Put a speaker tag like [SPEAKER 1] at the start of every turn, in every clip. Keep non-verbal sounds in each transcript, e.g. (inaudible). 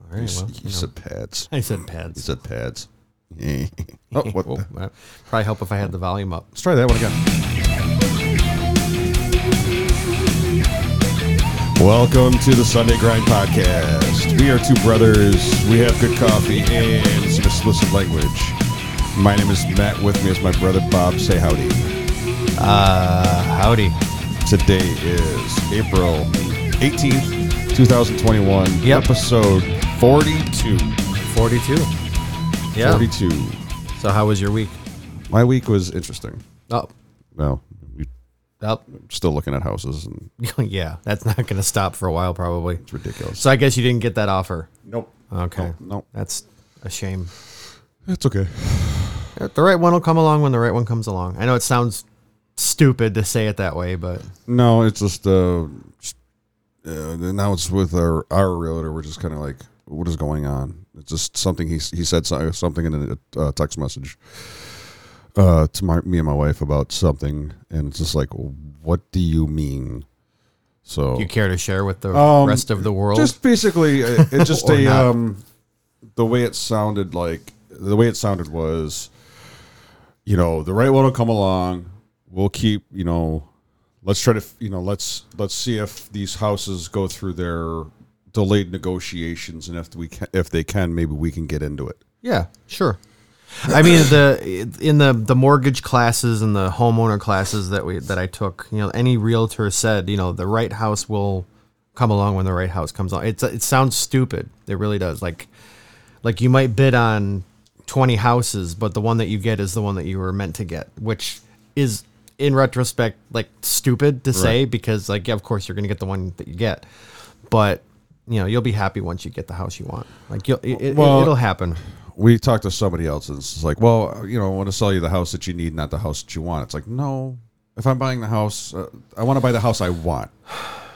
[SPEAKER 1] All right, well,
[SPEAKER 2] you
[SPEAKER 1] you know.
[SPEAKER 2] said pads.
[SPEAKER 1] I said
[SPEAKER 2] You
[SPEAKER 1] pads.
[SPEAKER 2] said pads. (laughs) Eh.
[SPEAKER 1] (laughs)
[SPEAKER 2] oh, what?
[SPEAKER 1] Well,
[SPEAKER 2] the-
[SPEAKER 1] that probably help if I had the volume up.
[SPEAKER 2] Let's try that one again. Welcome to the Sunday Grind Podcast. We are two brothers. We have good coffee and some explicit language. My name is Matt. With me is my brother Bob. Say howdy.
[SPEAKER 1] Uh, howdy.
[SPEAKER 2] Today is April 18th, 2021.
[SPEAKER 1] Yep.
[SPEAKER 2] Episode 42.
[SPEAKER 1] 42. Yeah.
[SPEAKER 2] 42.
[SPEAKER 1] So how was your week?
[SPEAKER 2] My week was interesting.
[SPEAKER 1] Oh,
[SPEAKER 2] Well, we
[SPEAKER 1] oh, (laughs)
[SPEAKER 2] still looking at houses and
[SPEAKER 1] yeah. That's not going to stop for a while, probably.
[SPEAKER 2] it's ridiculous.
[SPEAKER 1] So I guess you didn't get that offer.
[SPEAKER 2] Nope.
[SPEAKER 1] Okay.
[SPEAKER 2] Nope.
[SPEAKER 1] That's a shame. Uh,
[SPEAKER 2] It's okay.
[SPEAKER 1] The right one will come along when the right one comes along. I know it sounds stupid to say it that way, but
[SPEAKER 2] No, it's just uh, just, uh now it's with our our realtor. We're just kind of like, what is going on? It's just something he s- he said so- something in a uh, text message uh to my me and my wife about something, and it's just like, what do you mean? So
[SPEAKER 1] you care to share with the
[SPEAKER 2] Um,
[SPEAKER 1] rest of the world?
[SPEAKER 2] just basically, uh,
[SPEAKER 1] (laughs)
[SPEAKER 2] it's just
[SPEAKER 1] Or
[SPEAKER 2] a
[SPEAKER 1] not.
[SPEAKER 2] um, the way it sounded like the way it sounded was, you know, the right one will come along. We'll keep, you know, let's try to, f- you know, let's let's see if these houses go through their delayed negotiations, and if we can, if they can, maybe we can get into it.
[SPEAKER 1] Yeah, sure. I mean the in the the mortgage classes and the homeowner classes that we that I took, you know, any realtor said, you know, the right house will come along when the right house comes along. It's it sounds stupid. It really does. Like like you might bid on 20 houses, but the one that you get is the one that you were meant to get, which is in retrospect like stupid to say because like yeah, of course you're going to get the one that you get. But you know, you'll be happy once you get the house you want. Like you'll it, it-
[SPEAKER 2] Well-
[SPEAKER 1] it'll happen.
[SPEAKER 2] We talked to somebody else, and it's like, well, you know, I want to sell you the house that you need, not the house that you want. It's like, no, if I'm buying the house, uh, I want to buy the house I want.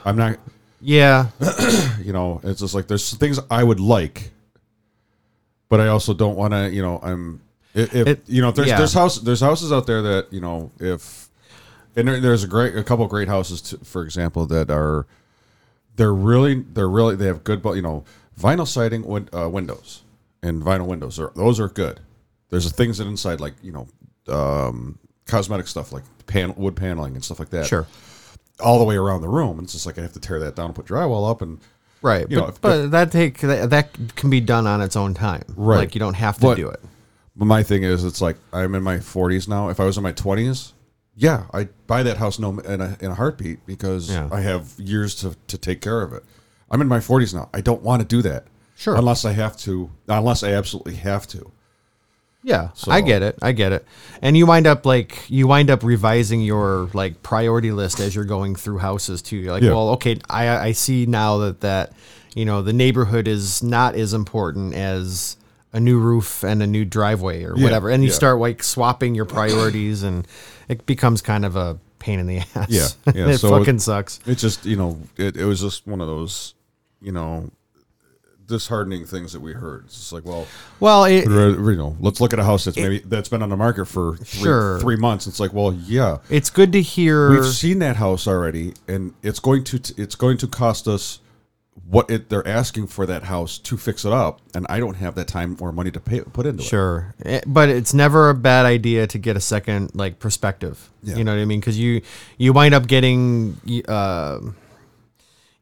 [SPEAKER 2] I'm not. (coughs)
[SPEAKER 1] Yeah,
[SPEAKER 2] you know it's just like there's things i would like but i also don't want to you know i'm if, if
[SPEAKER 1] It-
[SPEAKER 2] you know there's
[SPEAKER 1] yeah.
[SPEAKER 2] there's house there's houses out there that you know if and there, there's a great a couple of great houses to, for example that are they're really they're really they have good bu- you know vinyl siding win, uh, windows and vinyl windows are those are good there's the things that inside like you know um cosmetic stuff like pan, wood paneling and stuff like that
[SPEAKER 1] sure.
[SPEAKER 2] all the way around the room it's just like i have to tear that down and put drywall up and
[SPEAKER 1] Right.
[SPEAKER 2] You
[SPEAKER 1] but
[SPEAKER 2] know, if-
[SPEAKER 1] but that take that, that can be done on its own time.
[SPEAKER 2] Right.
[SPEAKER 1] Like you don't have to
[SPEAKER 2] But-
[SPEAKER 1] do it.
[SPEAKER 2] But my thing is, it's like I'm in my 40s now. If I was in my 20s, yeah, I'd buy that house no in a, in a heartbeat because
[SPEAKER 1] Yeah.
[SPEAKER 2] I have years to, to take care of it. I'm in my 40s now. I don't want to do that.
[SPEAKER 1] Sure.
[SPEAKER 2] Unless I have to, unless I absolutely have to.
[SPEAKER 1] Yeah. I get it. I get it. And you wind up like you wind up revising your like priority list as you're going through houses too. You're like,
[SPEAKER 2] Yeah.
[SPEAKER 1] well, okay, I I see now that that you know the neighborhood is not as important as a new roof and a new driveway or whatever. And you
[SPEAKER 2] yeah.
[SPEAKER 1] start like swapping your priorities, and it becomes kind of a pain in the ass.
[SPEAKER 2] Yeah,
[SPEAKER 1] (laughs)
[SPEAKER 2] yeah,
[SPEAKER 1] it
[SPEAKER 2] so-
[SPEAKER 1] fucking sucks.
[SPEAKER 2] It's just, you know, it, it was just one of those, you know, disheartening things that we heard. It's just like, well,
[SPEAKER 1] Well, it,
[SPEAKER 2] you know, let's look at a house that's maybe that's been on the market for three,
[SPEAKER 1] Sure.
[SPEAKER 2] three months. It's like, well, yeah,
[SPEAKER 1] it's good to hear.
[SPEAKER 2] we've seen that house already and it's going to it's going to cost us what it, they're asking for that house to fix it up and i don't have that time or money to pay, put into it
[SPEAKER 1] Sure, Eh, but it's never a bad idea to get a second like perspective.
[SPEAKER 2] Yeah.
[SPEAKER 1] You know what I mean? Because you you wind up getting y- uh,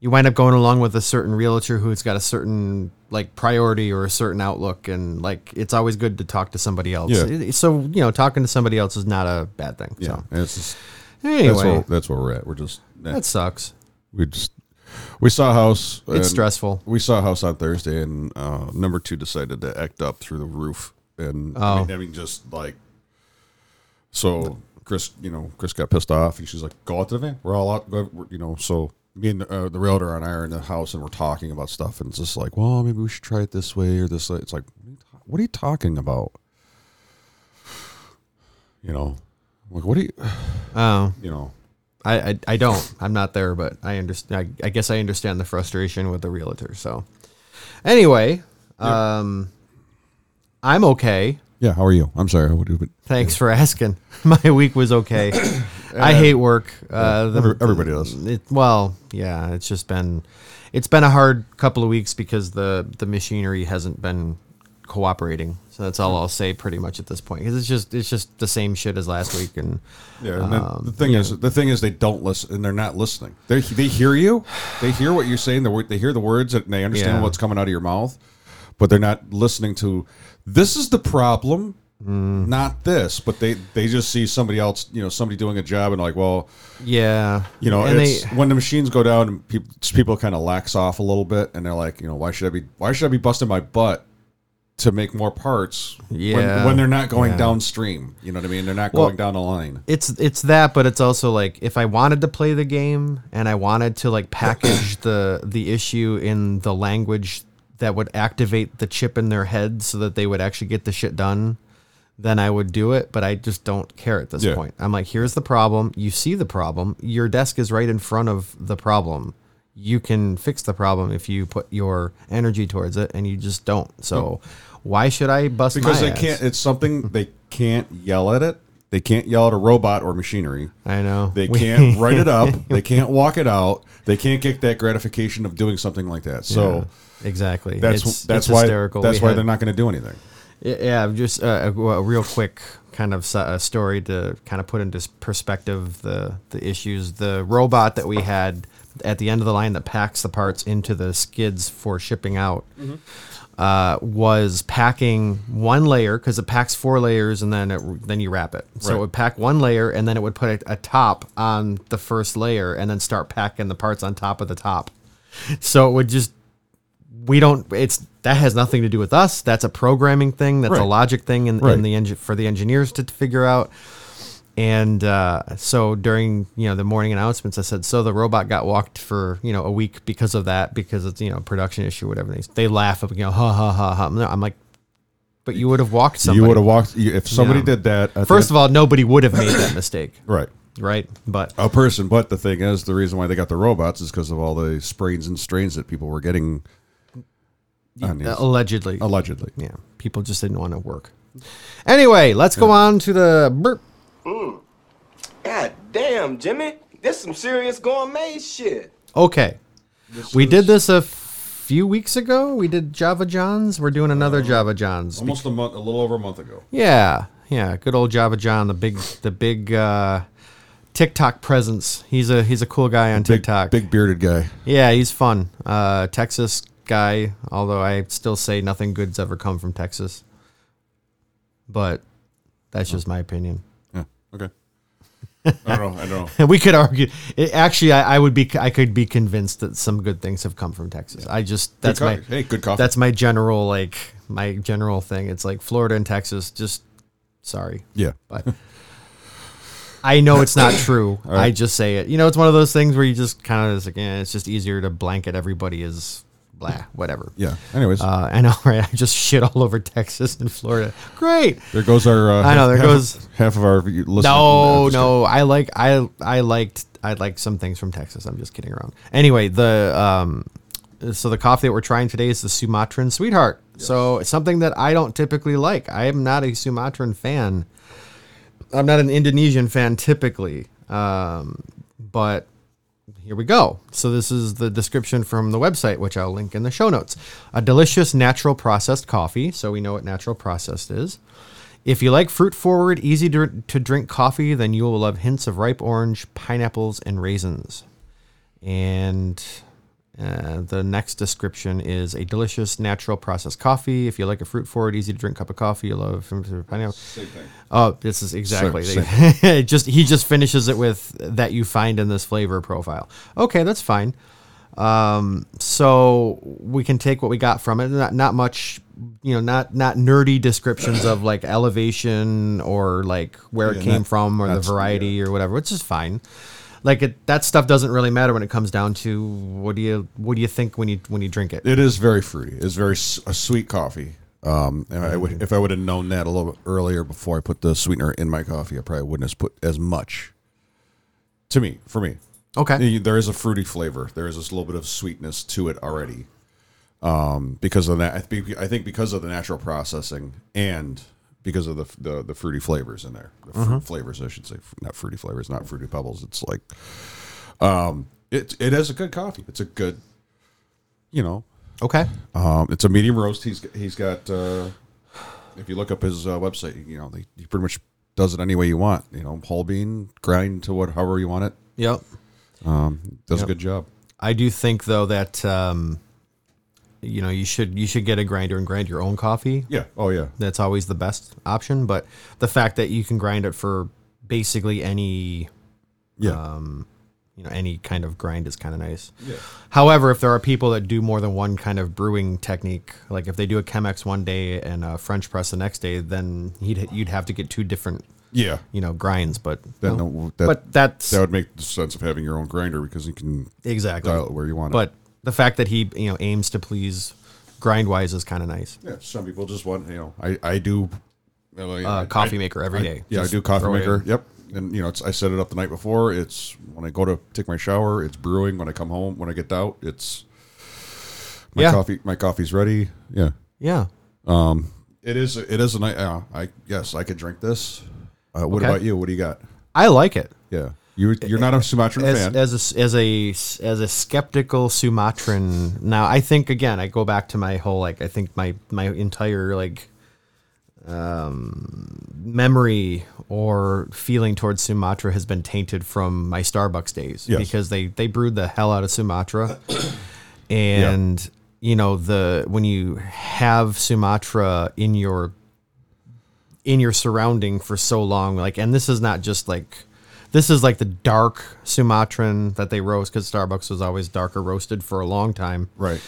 [SPEAKER 1] you wind up going along with a certain realtor who's got a certain like priority or a certain outlook, and like it's always good to talk to somebody else.
[SPEAKER 2] Yeah.
[SPEAKER 1] Eh, So you know, talking to somebody else is not a bad thing.
[SPEAKER 2] yeah
[SPEAKER 1] So
[SPEAKER 2] and it's just, that's
[SPEAKER 1] anyway,
[SPEAKER 2] where that's where we're at we're just eh,
[SPEAKER 1] that sucks.
[SPEAKER 2] we just we saw a house and
[SPEAKER 1] It's stressful.
[SPEAKER 2] we saw a house on thursday and uh number two decided to act up through the roof and I, mean, I mean just like so chris you know chris got pissed off and she's like go out to the van we're all out go- we're- you know so me and uh, the realtor and i are in the house and we're talking about stuff and it's just like well maybe we should try it this way or this way. it's like what are you ta- what are you talking about you know like what do you (sighs)
[SPEAKER 1] Oh,
[SPEAKER 2] you know
[SPEAKER 1] I, I I don't. I'm not there, but I understand. I, I guess I understand the frustration with the realtor. So, anyway, um, I'm okay.
[SPEAKER 2] yeah how are you i'm sorry i would do but
[SPEAKER 1] (laughs)
[SPEAKER 2] (coughs)
[SPEAKER 1] Thanks for asking. My week was okay. I hate work. Uh, the-
[SPEAKER 2] Every- everybody does.
[SPEAKER 1] It, well, yeah, it's just been, it's been a hard couple of weeks because the the machinery hasn't been cooperating. So that's all I'll say pretty much at this point because it's just it's just the same shit as last week and
[SPEAKER 2] Yeah, and then the thing is, the thing is, they don't listen, and they're not listening. They they hear you, they hear what you're saying, the word, they hear the words, and they understand
[SPEAKER 1] Yeah.
[SPEAKER 2] what's coming out of your mouth, but they're not listening to. This is the problem,
[SPEAKER 1] Mm.
[SPEAKER 2] not this. But they they just see somebody else, you know, somebody doing a job, and like, well,
[SPEAKER 1] yeah,
[SPEAKER 2] you know,
[SPEAKER 1] and
[SPEAKER 2] it's,
[SPEAKER 1] they
[SPEAKER 2] when the machines go down, and people people kind of lax off a little bit, and they're like, you know, why should I be why should I be busting my butt to make more parts?
[SPEAKER 1] Yeah.
[SPEAKER 2] when, when they're not going
[SPEAKER 1] Yeah.
[SPEAKER 2] downstream, you know what I mean? They're not
[SPEAKER 1] Well-
[SPEAKER 2] going down the line.
[SPEAKER 1] it's it's that but it's also like if i wanted to play the game and i wanted to like package
[SPEAKER 2] (coughs)
[SPEAKER 1] the the issue in the language that would activate the chip in their head so that they would actually get the shit done then i would do it but i just don't care at this
[SPEAKER 2] Yeah.
[SPEAKER 1] point i'm like here's the problem you see the problem your desk is right in front of the problem you can fix the problem if you put your energy towards it and you just don't so why should i bust
[SPEAKER 2] Hmm. because
[SPEAKER 1] my
[SPEAKER 2] they
[SPEAKER 1] ass?
[SPEAKER 2] can't. It's
[SPEAKER 1] (laughs)
[SPEAKER 2] something they can't yell at it. They can't yell at a robot or machinery.
[SPEAKER 1] i know
[SPEAKER 2] They
[SPEAKER 1] We-
[SPEAKER 2] can't write it up.
[SPEAKER 1] (laughs)
[SPEAKER 2] They can't walk it out. They can't get that gratification of doing something like that. So
[SPEAKER 1] exactly
[SPEAKER 2] that's
[SPEAKER 1] It's-
[SPEAKER 2] that's
[SPEAKER 1] it's
[SPEAKER 2] why
[SPEAKER 1] hysterical.
[SPEAKER 2] that's
[SPEAKER 1] We
[SPEAKER 2] why
[SPEAKER 1] had-
[SPEAKER 2] they're not going to do anything.
[SPEAKER 1] Y- Yeah, just uh, a, a real quick kind of s- a story to kind of put into s- perspective the the issues. The robot that we had at the end of the line that packs the parts into the skids for shipping out uh, was packing one layer because it packs four layers and then it, then you wrap it. So it
[SPEAKER 2] Right.
[SPEAKER 1] would pack one layer and then it would put a, a top on the first layer and then start packing the parts on top of the top. So it would just we don't it's that has nothing to do with us that's a programming thing that's a
[SPEAKER 2] Right.
[SPEAKER 1] logic thing and,
[SPEAKER 2] Right.
[SPEAKER 1] and the engi- for the engineers to, figure out and uh, so during you know the morning announcements i said so the robot got walked for you know a week because of that because it's you know production issue whatever they, they laugh up you know ha ha ha ha I'm like- i'm like but you would have walked somebody
[SPEAKER 2] You would have walked you- if somebody
[SPEAKER 1] Yeah.
[SPEAKER 2] did that at
[SPEAKER 1] first
[SPEAKER 2] the,
[SPEAKER 1] of all nobody would have made that mistake
[SPEAKER 2] right
[SPEAKER 1] right but
[SPEAKER 2] a person. But the thing is, the reason why they got the robots is because of all the sprains and strains that people were getting. on these-
[SPEAKER 1] allegedly
[SPEAKER 2] allegedly,
[SPEAKER 1] yeah people just didn't want to work anyway let's go on to the burp
[SPEAKER 3] God damn, Jimmy. This some serious gourmet shit.
[SPEAKER 1] Okay. we did this a few weeks ago. We did Java Johns. We're doing another Java Johns.
[SPEAKER 2] almost a month, a little over a month ago.
[SPEAKER 1] Yeah. Yeah, good old Java John, the big the big uh TikTok presence. He's a he's a cool guy on
[SPEAKER 2] Big,
[SPEAKER 1] TikTok.
[SPEAKER 2] big bearded guy.
[SPEAKER 1] Yeah, he's fun. Uh Texas guy, although I still say nothing good's ever come from Texas. But that's just my opinion. (laughs)
[SPEAKER 2] Yeah. Okay. (laughs) I don't know. I don't know.
[SPEAKER 1] And we could argue. It, actually, I, I would be. I could be convinced that some good things have come from Texas. I just that's my
[SPEAKER 2] coffee. Hey, good coffee.
[SPEAKER 1] That's my general like my general thing. It's like Florida and Texas. Just sorry,
[SPEAKER 2] Yeah.
[SPEAKER 1] but (laughs) I know it's not true. I just say it. You know, it's one of those things where you just kind of just like, eh, it's just easier to blanket everybody as blah, whatever.
[SPEAKER 2] Yeah. Anyways,
[SPEAKER 1] Uh, I know, (laughs) right? I just shit all over Texas and Florida. Great.
[SPEAKER 2] there goes our. Uh,
[SPEAKER 1] I know, there
[SPEAKER 2] half, half-
[SPEAKER 1] goes-
[SPEAKER 2] half of our listeners.
[SPEAKER 1] No, no. I like I I liked I like some things from Texas. I'm just kidding around. Anyway, the um so the coffee that we're trying today is the Sumatran Sweetheart. So it's something that I don't typically like. I am not a Sumatran fan. I'm not an Indonesian fan typically. Um but here we go. So this is the description from the website, which I'll link in the show notes. A delicious natural processed coffee, so we know what natural processed is. If you like fruit forward, easy to, to drink coffee, then you will love hints of ripe orange, pineapples, and raisins. And uh, the next description is a delicious natural processed coffee. If you like a fruit forward, easy to drink cup of coffee, you'll love hints of pineapple. Oh, this is exactly.
[SPEAKER 2] Same-
[SPEAKER 1] (laughs) It just he just finishes it with that you find in this flavor profile. Okay, that's fine. Um, so we can take what we got from it. Not not much, you know, not not nerdy descriptions of like elevation or like where it
[SPEAKER 2] Yeah,
[SPEAKER 1] came
[SPEAKER 2] not-
[SPEAKER 1] from or the
[SPEAKER 2] that's-
[SPEAKER 1] variety or whatever, which is fine. Like it, that stuff doesn't really matter when it comes down to what do you what do you think when you when you drink it?
[SPEAKER 2] It is very fruity. It's very s- a sweet coffee. Um, and I
[SPEAKER 1] Mm-hmm.
[SPEAKER 2] would, if I would have known that a little bit earlier before I put the sweetener in my coffee, I probably wouldn't have put as much. To me, for me,
[SPEAKER 1] Okay,
[SPEAKER 2] Y- there is a fruity flavor. There is this little bit of sweetness to it already. Um, because of that, I think I think because of the natural processing and because of the f- the, the fruity flavors in there. The fruit flavors, I should say, F- not fruity flavors, not fruity pebbles. It's like, um, it it is a good coffee. It's a good, you know,
[SPEAKER 1] Okay.
[SPEAKER 2] um, it's a medium roast. He's he's got. Uh, if you look up his uh, website, you know they, he pretty much does it any way you want. You know, whole bean grind to what however you want it.
[SPEAKER 1] Yep.
[SPEAKER 2] Does
[SPEAKER 1] Yep.
[SPEAKER 2] a good job.
[SPEAKER 1] I do think though that um, you know you should you should get a grinder and grind your own coffee.
[SPEAKER 2] Yeah. Oh yeah.
[SPEAKER 1] That's always the best option. But the fact that you can grind it for basically any
[SPEAKER 2] Yeah.
[SPEAKER 1] Um, you know any kind of grind is kind of nice.
[SPEAKER 2] Yeah.
[SPEAKER 1] However, if there are people that do more than one kind of brewing technique, like if they do a Chemex one day and a French press the next day, then he'd, you'd have to get two different
[SPEAKER 2] yeah.
[SPEAKER 1] you know grinds. But
[SPEAKER 2] That,
[SPEAKER 1] no.
[SPEAKER 2] no, that,
[SPEAKER 1] but that's
[SPEAKER 2] that would make the sense of having your own grinder because you can
[SPEAKER 1] exactly
[SPEAKER 2] dial it where you want it.
[SPEAKER 1] But the fact that he you know aims to please grind wise is kind of nice.
[SPEAKER 2] Yeah, some people just want you know. I I do well, I-
[SPEAKER 1] Uh,
[SPEAKER 2] I-
[SPEAKER 1] coffee maker every
[SPEAKER 2] I-
[SPEAKER 1] day.
[SPEAKER 2] yeah, I
[SPEAKER 1] Just
[SPEAKER 2] do coffee
[SPEAKER 1] throw it
[SPEAKER 2] maker.
[SPEAKER 1] in.
[SPEAKER 2] Yep, and you know, it's I set it up the night before. It's when I go to take my shower. It's brewing when I come home. When I get out, it's my
[SPEAKER 1] Yeah.
[SPEAKER 2] coffee. My coffee's ready. Yeah,
[SPEAKER 1] Yeah.
[SPEAKER 2] it is. It is a night. Uh, I yes, I could drink this. Uh, what
[SPEAKER 1] Okay.
[SPEAKER 2] about you? What do you got?
[SPEAKER 1] I like it.
[SPEAKER 2] Yeah, you you're not a Sumatran
[SPEAKER 1] As,
[SPEAKER 2] fan.
[SPEAKER 1] as a, as a as a skeptical Sumatran, now I think again I go back to my whole like I think my my entire like um, memory or feeling towards Sumatra has been tainted from my Starbucks days
[SPEAKER 2] Yes. Uh,
[SPEAKER 1] because they they brewed the hell out of Sumatra, and you know the when you have Sumatra in your in your surrounding for so long like and this is not just like this is like the dark sumatran that they roast because starbucks was always darker roasted for a long time
[SPEAKER 2] right.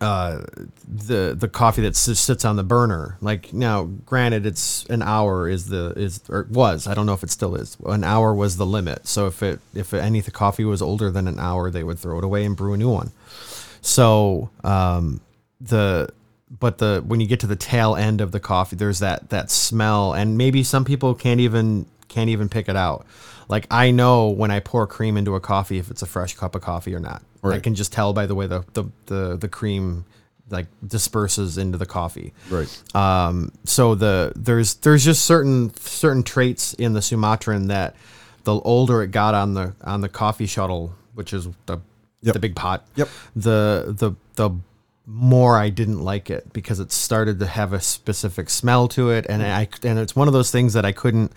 [SPEAKER 1] the the coffee that s- sits on the burner like now granted it's an hour is the is or it was i don't know if it still is an hour was the limit so if it if any coffee was older than an hour they would throw it away and brew a new one so um the but the when you get to the tail end of the coffee there's that that smell and maybe some people can't even can't even pick it out like i know when i pour cream into a coffee if it's a fresh cup of coffee or not i
[SPEAKER 2] Right.
[SPEAKER 1] can just tell by the way the the the, the cream like disperses into the coffee
[SPEAKER 2] Right.
[SPEAKER 1] um, so the there's there's just certain certain traits in the Sumatran that the older it got on the on the coffee shuttle, which is the
[SPEAKER 2] Yep.
[SPEAKER 1] the big pot.
[SPEAKER 2] Yep.
[SPEAKER 1] The the the more I didn't like it because it started to have a specific smell to it, and I and it's one of those things that I couldn't.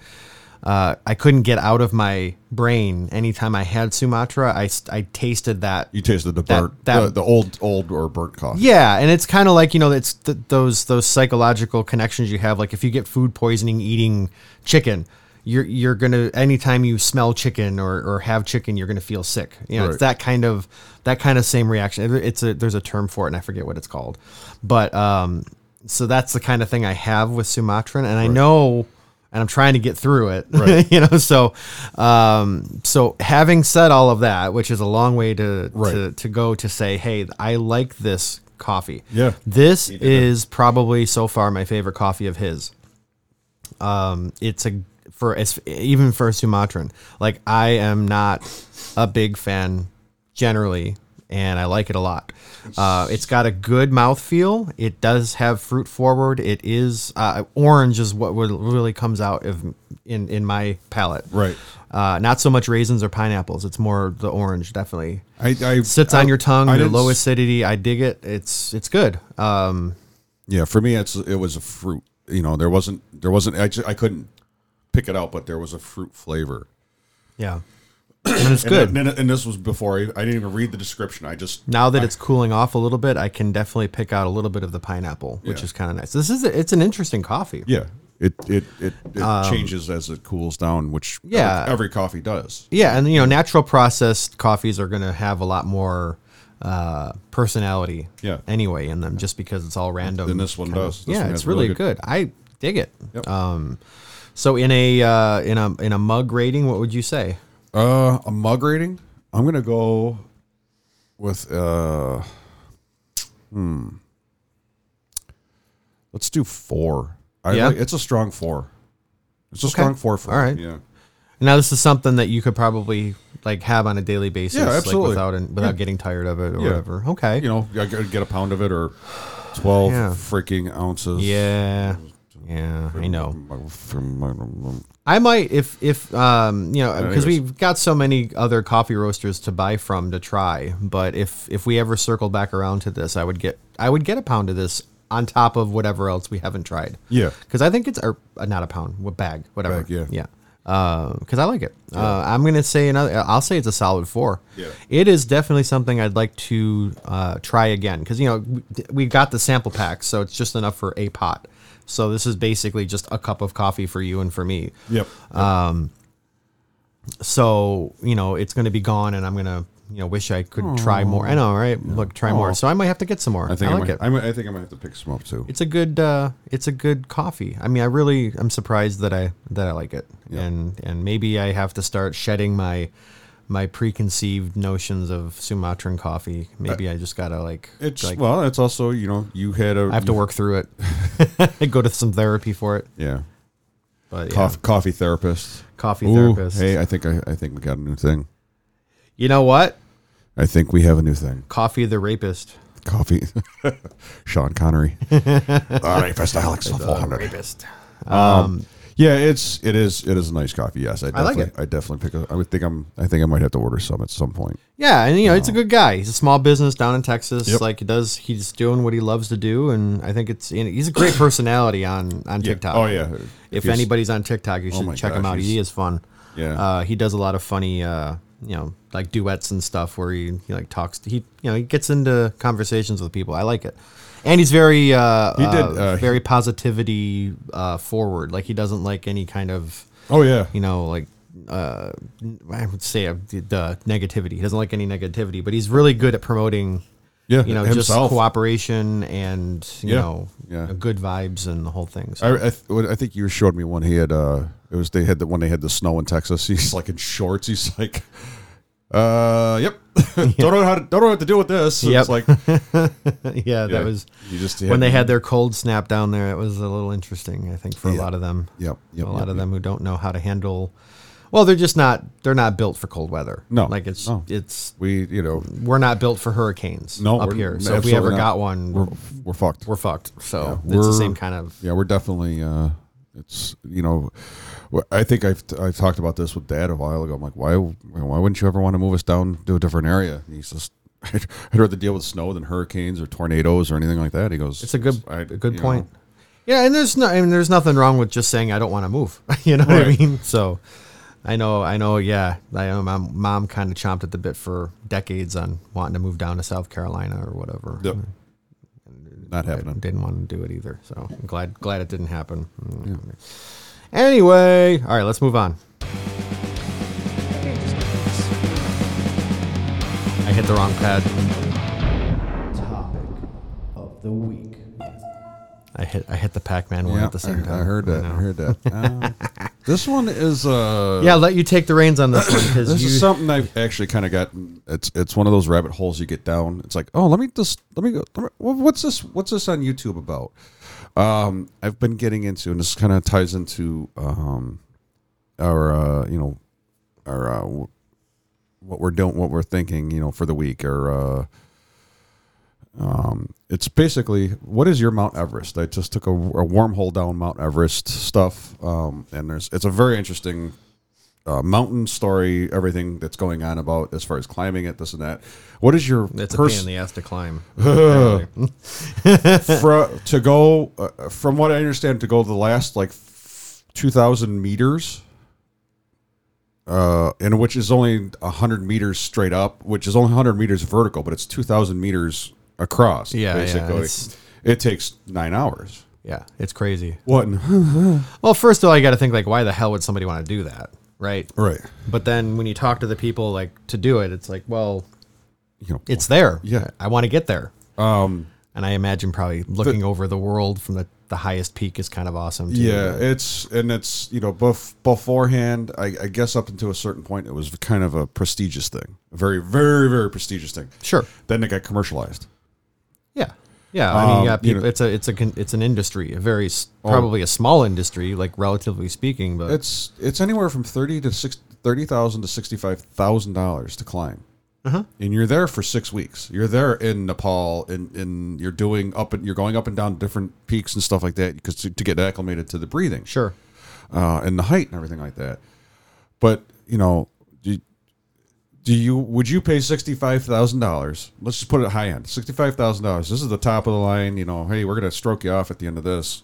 [SPEAKER 1] Uh, I couldn't get out of my brain anytime I had Sumatra. I, s- I tasted that
[SPEAKER 2] you tasted the
[SPEAKER 1] That-
[SPEAKER 2] burnt,
[SPEAKER 1] that-
[SPEAKER 2] the, the old old or burnt coffee.
[SPEAKER 1] yeah, and it's kind of like you know, it's th- those those psychological connections you have. Like if you get food poisoning eating chicken, you're you're gonna anytime you smell chicken or, or have chicken, you're gonna feel sick. You know,
[SPEAKER 2] Right.
[SPEAKER 1] it's that kind of that kind of same reaction. It- It's a there's a term for it, and I forget what it's called, but um, so that's the kind of thing I have with Sumatran, and I know. And I'm trying to get through it, (laughs)
[SPEAKER 2] Right.
[SPEAKER 1] you know. So, um, so having said all of that, which is a long way to
[SPEAKER 2] Right.
[SPEAKER 1] to, to go to say, hey, I like this coffee.
[SPEAKER 2] Yeah.
[SPEAKER 1] This is probably so far my favorite coffee of his. Um, it's a for as even for a Sumatran. Like I am not a big fan generally, and I like it a lot. Uh, it's got a good mouthfeel. It does have fruit forward. It is uh, orange is what would- really comes out of in in my palate.
[SPEAKER 2] Right.
[SPEAKER 1] Uh, not so much raisins or pineapples. It's more the orange, definitely
[SPEAKER 2] I, I
[SPEAKER 1] sits on
[SPEAKER 2] I-
[SPEAKER 1] your tongue.
[SPEAKER 2] I
[SPEAKER 1] your
[SPEAKER 2] didn't
[SPEAKER 1] low
[SPEAKER 2] s-
[SPEAKER 1] acidity. I dig it. It's it's good. Um,
[SPEAKER 2] Yeah, for me, it's it was a fruit. You know, there wasn't there wasn't I, ju- I couldn't pick it out, but there was a fruit flavor.
[SPEAKER 1] yeah, and it's
[SPEAKER 2] (clears throat) And
[SPEAKER 1] good.
[SPEAKER 2] then- And, this was before I, I didn't even read the description. I just
[SPEAKER 1] now that it's cooling off a little bit, I can definitely pick out a little bit of the pineapple, which
[SPEAKER 2] Yeah.
[SPEAKER 1] is kind of nice. This is it's an interesting coffee.
[SPEAKER 2] yeah, it it it, it changes as it cools down, which
[SPEAKER 1] Um, Yeah.
[SPEAKER 2] every, every coffee does.
[SPEAKER 1] Yeah, and you know, natural processed coffees are going to have a lot more uh, personality.
[SPEAKER 2] Yeah.
[SPEAKER 1] Anyway, in them, just because it's all random.
[SPEAKER 2] Than this one
[SPEAKER 1] kind of-
[SPEAKER 2] does. This
[SPEAKER 1] yeah,
[SPEAKER 2] one
[SPEAKER 1] it's
[SPEAKER 2] has really
[SPEAKER 1] really, good.
[SPEAKER 2] good-
[SPEAKER 1] I dig it.
[SPEAKER 2] Yep.
[SPEAKER 1] Um, so in a uh, in a in a mug rating, what would you say?
[SPEAKER 2] Uh, a mug rating. I'm gonna go with uh, hmm. Let's do four. I
[SPEAKER 1] Yeah.
[SPEAKER 2] like- it's a strong four. It's a
[SPEAKER 1] Okay.
[SPEAKER 2] strong four for
[SPEAKER 1] All
[SPEAKER 2] me,
[SPEAKER 1] right.
[SPEAKER 2] Yeah.
[SPEAKER 1] Now, this is something that you could probably like have on a daily basis,
[SPEAKER 2] Yeah, absolutely.
[SPEAKER 1] like without an, without getting tired of it or
[SPEAKER 2] Yeah.
[SPEAKER 1] whatever. Okay,
[SPEAKER 2] you know, I gotta get a pound of it or Twelve
[SPEAKER 1] Yeah.
[SPEAKER 2] freaking ounces.
[SPEAKER 1] Yeah. Yeah, I know.
[SPEAKER 2] From my-
[SPEAKER 1] I might if if um you know because
[SPEAKER 2] Anyways.
[SPEAKER 1] we've got so many other coffee roasters to buy from to try. But if if we ever circle back around to this, I would get I would get a pound of this on top of whatever else we haven't tried.
[SPEAKER 2] Yeah.
[SPEAKER 1] because I think it's or, uh, not a pound, what bag, whatever.
[SPEAKER 2] Bag, yeah.
[SPEAKER 1] yeah. Because I like it. Uh, I'm gonna say another. I'll say it's a solid four.
[SPEAKER 2] Yeah.
[SPEAKER 1] It is definitely something I'd like to uh, try again because you know we, we got the sample pack, so it's just enough for a pot. So this is basically just a cup of coffee for you and for me
[SPEAKER 2] Yep.
[SPEAKER 1] Uh, so you know it's going to be gone and i'm going to you know wish i could try more i know right look try more so i might have to get some more
[SPEAKER 2] I think I,
[SPEAKER 1] like
[SPEAKER 2] might,
[SPEAKER 1] it
[SPEAKER 2] I, might, I think I might have to pick some up too.
[SPEAKER 1] it's a good uh it's a good coffee i mean i really i'm surprised that i that i like it and and maybe i have to start shedding my my preconceived notions of sumatran coffee maybe i just gotta like
[SPEAKER 2] It's
[SPEAKER 1] like
[SPEAKER 2] well, it's also you know you had a
[SPEAKER 1] i have to work through it (laughs) I go to some therapy for it
[SPEAKER 2] Yeah.
[SPEAKER 1] but yeah.
[SPEAKER 2] Coffee, coffee therapist.
[SPEAKER 1] Coffee
[SPEAKER 2] Ooh,
[SPEAKER 1] therapist.
[SPEAKER 2] Hey, I think I, I think we got a new thing.
[SPEAKER 1] you know what
[SPEAKER 2] I think we have a new thing.
[SPEAKER 1] coffee the rapist
[SPEAKER 2] Coffee. (laughs)
[SPEAKER 1] (laughs)
[SPEAKER 2] Sean Connery. All right, first Alex. 400.
[SPEAKER 1] rapist
[SPEAKER 2] Yeah, it's it is it is a nice coffee. Yes, I
[SPEAKER 1] I like
[SPEAKER 2] definitely I, definitely pick. A, I would think I'm I think I might have to order some at some point.
[SPEAKER 1] Yeah, and you know, it's a good guy. He's a small business down in Texas.
[SPEAKER 2] Oh. Yep.
[SPEAKER 1] Like he does, he's doing what he loves to do, and I think it's and he's a great personality on on TikTok.
[SPEAKER 2] Oh yeah.
[SPEAKER 1] If
[SPEAKER 2] he's- Oh
[SPEAKER 1] anybody's on TikTok, you should
[SPEAKER 2] my
[SPEAKER 1] check him
[SPEAKER 2] gosh,
[SPEAKER 1] out. He
[SPEAKER 2] he's-
[SPEAKER 1] is fun.
[SPEAKER 2] Yeah.
[SPEAKER 1] Uh, he does a lot of funny, uh, you know, like duets and stuff where he, he like talks. He you know he gets into conversations with people. I like it, and he's very uh,
[SPEAKER 2] He did,
[SPEAKER 1] uh,
[SPEAKER 2] uh,
[SPEAKER 1] very positivity uh, forward. Like he doesn't like any kind of
[SPEAKER 2] Oh yeah.
[SPEAKER 1] you know, like uh, I would say uh, the- the negativity. He doesn't like any negativity, but he's really good at promoting,
[SPEAKER 2] Yeah.
[SPEAKER 1] you know, just
[SPEAKER 2] himself.
[SPEAKER 1] cooperation and you
[SPEAKER 2] Yeah,
[SPEAKER 1] know, uh,
[SPEAKER 2] yeah.
[SPEAKER 1] good vibes and the whole thing. So,
[SPEAKER 2] I, I, th- what- I think you showed me one. He had uh, it was they had the when they had the snow in Texas. (laughs) He's like in shorts. He's like, uh,
[SPEAKER 1] (laughs)
[SPEAKER 2] yep. don't know how to, don't know what to deal with this.
[SPEAKER 1] Yep. (laughs)
[SPEAKER 2] It's like
[SPEAKER 1] yeah, that
[SPEAKER 2] yeah,
[SPEAKER 1] was
[SPEAKER 2] you just
[SPEAKER 1] when they had their cold snap down there. It was a little interesting, I think, for a lot of them.
[SPEAKER 2] Yep, yep,
[SPEAKER 1] a lot
[SPEAKER 2] yep,
[SPEAKER 1] of them who don't know how to handle. Well, they're just not. They're not built for cold weather.
[SPEAKER 2] No,
[SPEAKER 1] like it's
[SPEAKER 2] no.
[SPEAKER 1] it's
[SPEAKER 2] we you know
[SPEAKER 1] we're not built for hurricanes.
[SPEAKER 2] no
[SPEAKER 1] up
[SPEAKER 2] we're-
[SPEAKER 1] here. So if we
[SPEAKER 2] absolutely
[SPEAKER 1] ever
[SPEAKER 2] not.
[SPEAKER 1] got one,
[SPEAKER 2] we're,
[SPEAKER 1] we're,
[SPEAKER 2] we're fucked.
[SPEAKER 1] fucked. So
[SPEAKER 2] Yeah,
[SPEAKER 1] it's the
[SPEAKER 2] we're-
[SPEAKER 1] same kind of
[SPEAKER 2] yeah, we're definitely uh, it's you know. wh- I think I've I've talked about this with Dad a while ago. I'm like, why why wouldn't you ever want to move us down to a different area? And he's just, (laughs) I'd, I'd rather deal with snow than hurricanes or tornadoes or anything like that. He goes,
[SPEAKER 1] It's a good,
[SPEAKER 2] I-
[SPEAKER 1] a good
[SPEAKER 2] you know,
[SPEAKER 1] point. Yeah, and there's no, I mean, there's nothing wrong with just saying I don't want to move. (laughs) you know what I
[SPEAKER 2] Right.
[SPEAKER 1] mean? So, I know, I know. Yeah, I know. My mom kind of chomped at the bit for decades on wanting to move down to South Carolina or whatever.
[SPEAKER 2] Yep. Not happening.
[SPEAKER 1] Didn't want to do it either. So I'm glad, glad it didn't happen. Mm. Anyway, all right, let's move on. I hit the wrong pad.
[SPEAKER 4] topic of the week.
[SPEAKER 1] I hit, I hit the Pac-Man one
[SPEAKER 2] Yeah,
[SPEAKER 1] at the same
[SPEAKER 2] I,
[SPEAKER 1] time.
[SPEAKER 2] I heard that. I,
[SPEAKER 1] know.
[SPEAKER 2] heard that.
[SPEAKER 1] (laughs)
[SPEAKER 2] Uh, this one is uh,
[SPEAKER 1] Yeah, I'll let you take the reins on this one because
[SPEAKER 2] This
[SPEAKER 1] you.
[SPEAKER 2] is something I've actually kind of gotten. It's it's one of those rabbit holes you get down. It's like, oh, let me just let me go. Let me, wha- what's this? What's this on YouTube about? Um, I've been getting into, and this kind of ties into um, our uh, you know our uh, w- what we're doing, what we're thinking, you know, for the week or. Uh, um, it's basically what is your Mount Everest? I just took a, a wormhole down Mount Everest stuff, um, and there's it's a very interesting uh, mountain story, everything that's going on about as far as climbing it, this and that. What is your
[SPEAKER 1] That's a pain in the ass to
[SPEAKER 2] (laughs)
[SPEAKER 1] climb.
[SPEAKER 2] fro- to go uh, from what I understand to go the last like two thousand meters, uh, and which is only hundred meters straight up, which is only hundred meters vertical, but it's two thousand meters across.
[SPEAKER 1] Yeah, yeah,
[SPEAKER 2] basically,
[SPEAKER 1] it's-
[SPEAKER 2] it takes nine hours.
[SPEAKER 1] yeah, it's crazy.
[SPEAKER 2] What?
[SPEAKER 1] Well, first of all, you got to think like, why the hell would somebody want to do that, right?
[SPEAKER 2] (laughs) right.
[SPEAKER 1] But then when you talk to the people like to do it, it's like, well,
[SPEAKER 2] You know,
[SPEAKER 1] it's there.
[SPEAKER 2] Yeah.
[SPEAKER 1] I want to get there. Um, and I imagine probably looking over the world from the, the highest peak is kind of awesome. Too.
[SPEAKER 2] Yeah, it's and it's you know bef- beforehand. I, I guess up until a certain point, it was kind of a prestigious thing, a very, very, very prestigious thing.
[SPEAKER 1] Sure.
[SPEAKER 2] Then it got commercialized.
[SPEAKER 1] Yeah. Yeah, I mean,
[SPEAKER 2] Um,
[SPEAKER 1] yeah,
[SPEAKER 2] you
[SPEAKER 1] people,
[SPEAKER 2] know- Oh.
[SPEAKER 1] it's a it's a con- it's an industry, a very s probably a small industry, like relatively speaking, but
[SPEAKER 2] It's it's anywhere from thirty to six thirty thousand to sixty five thousand dollars to climb. and you're there for six weeks. You're there in Nepal, and and you're doing up and you're going up and down different peaks and stuff like that because to, to get acclimated to the breathing
[SPEAKER 1] Sure.
[SPEAKER 2] uh, and the height and everything like that. But you know, do, do you would you pay sixty five thousand dollars? Let's just put it high end sixty five thousand dollars. This is the top of the line. You know, hey, we're gonna stroke you off at the end
[SPEAKER 1] (laughs)
[SPEAKER 2] of this.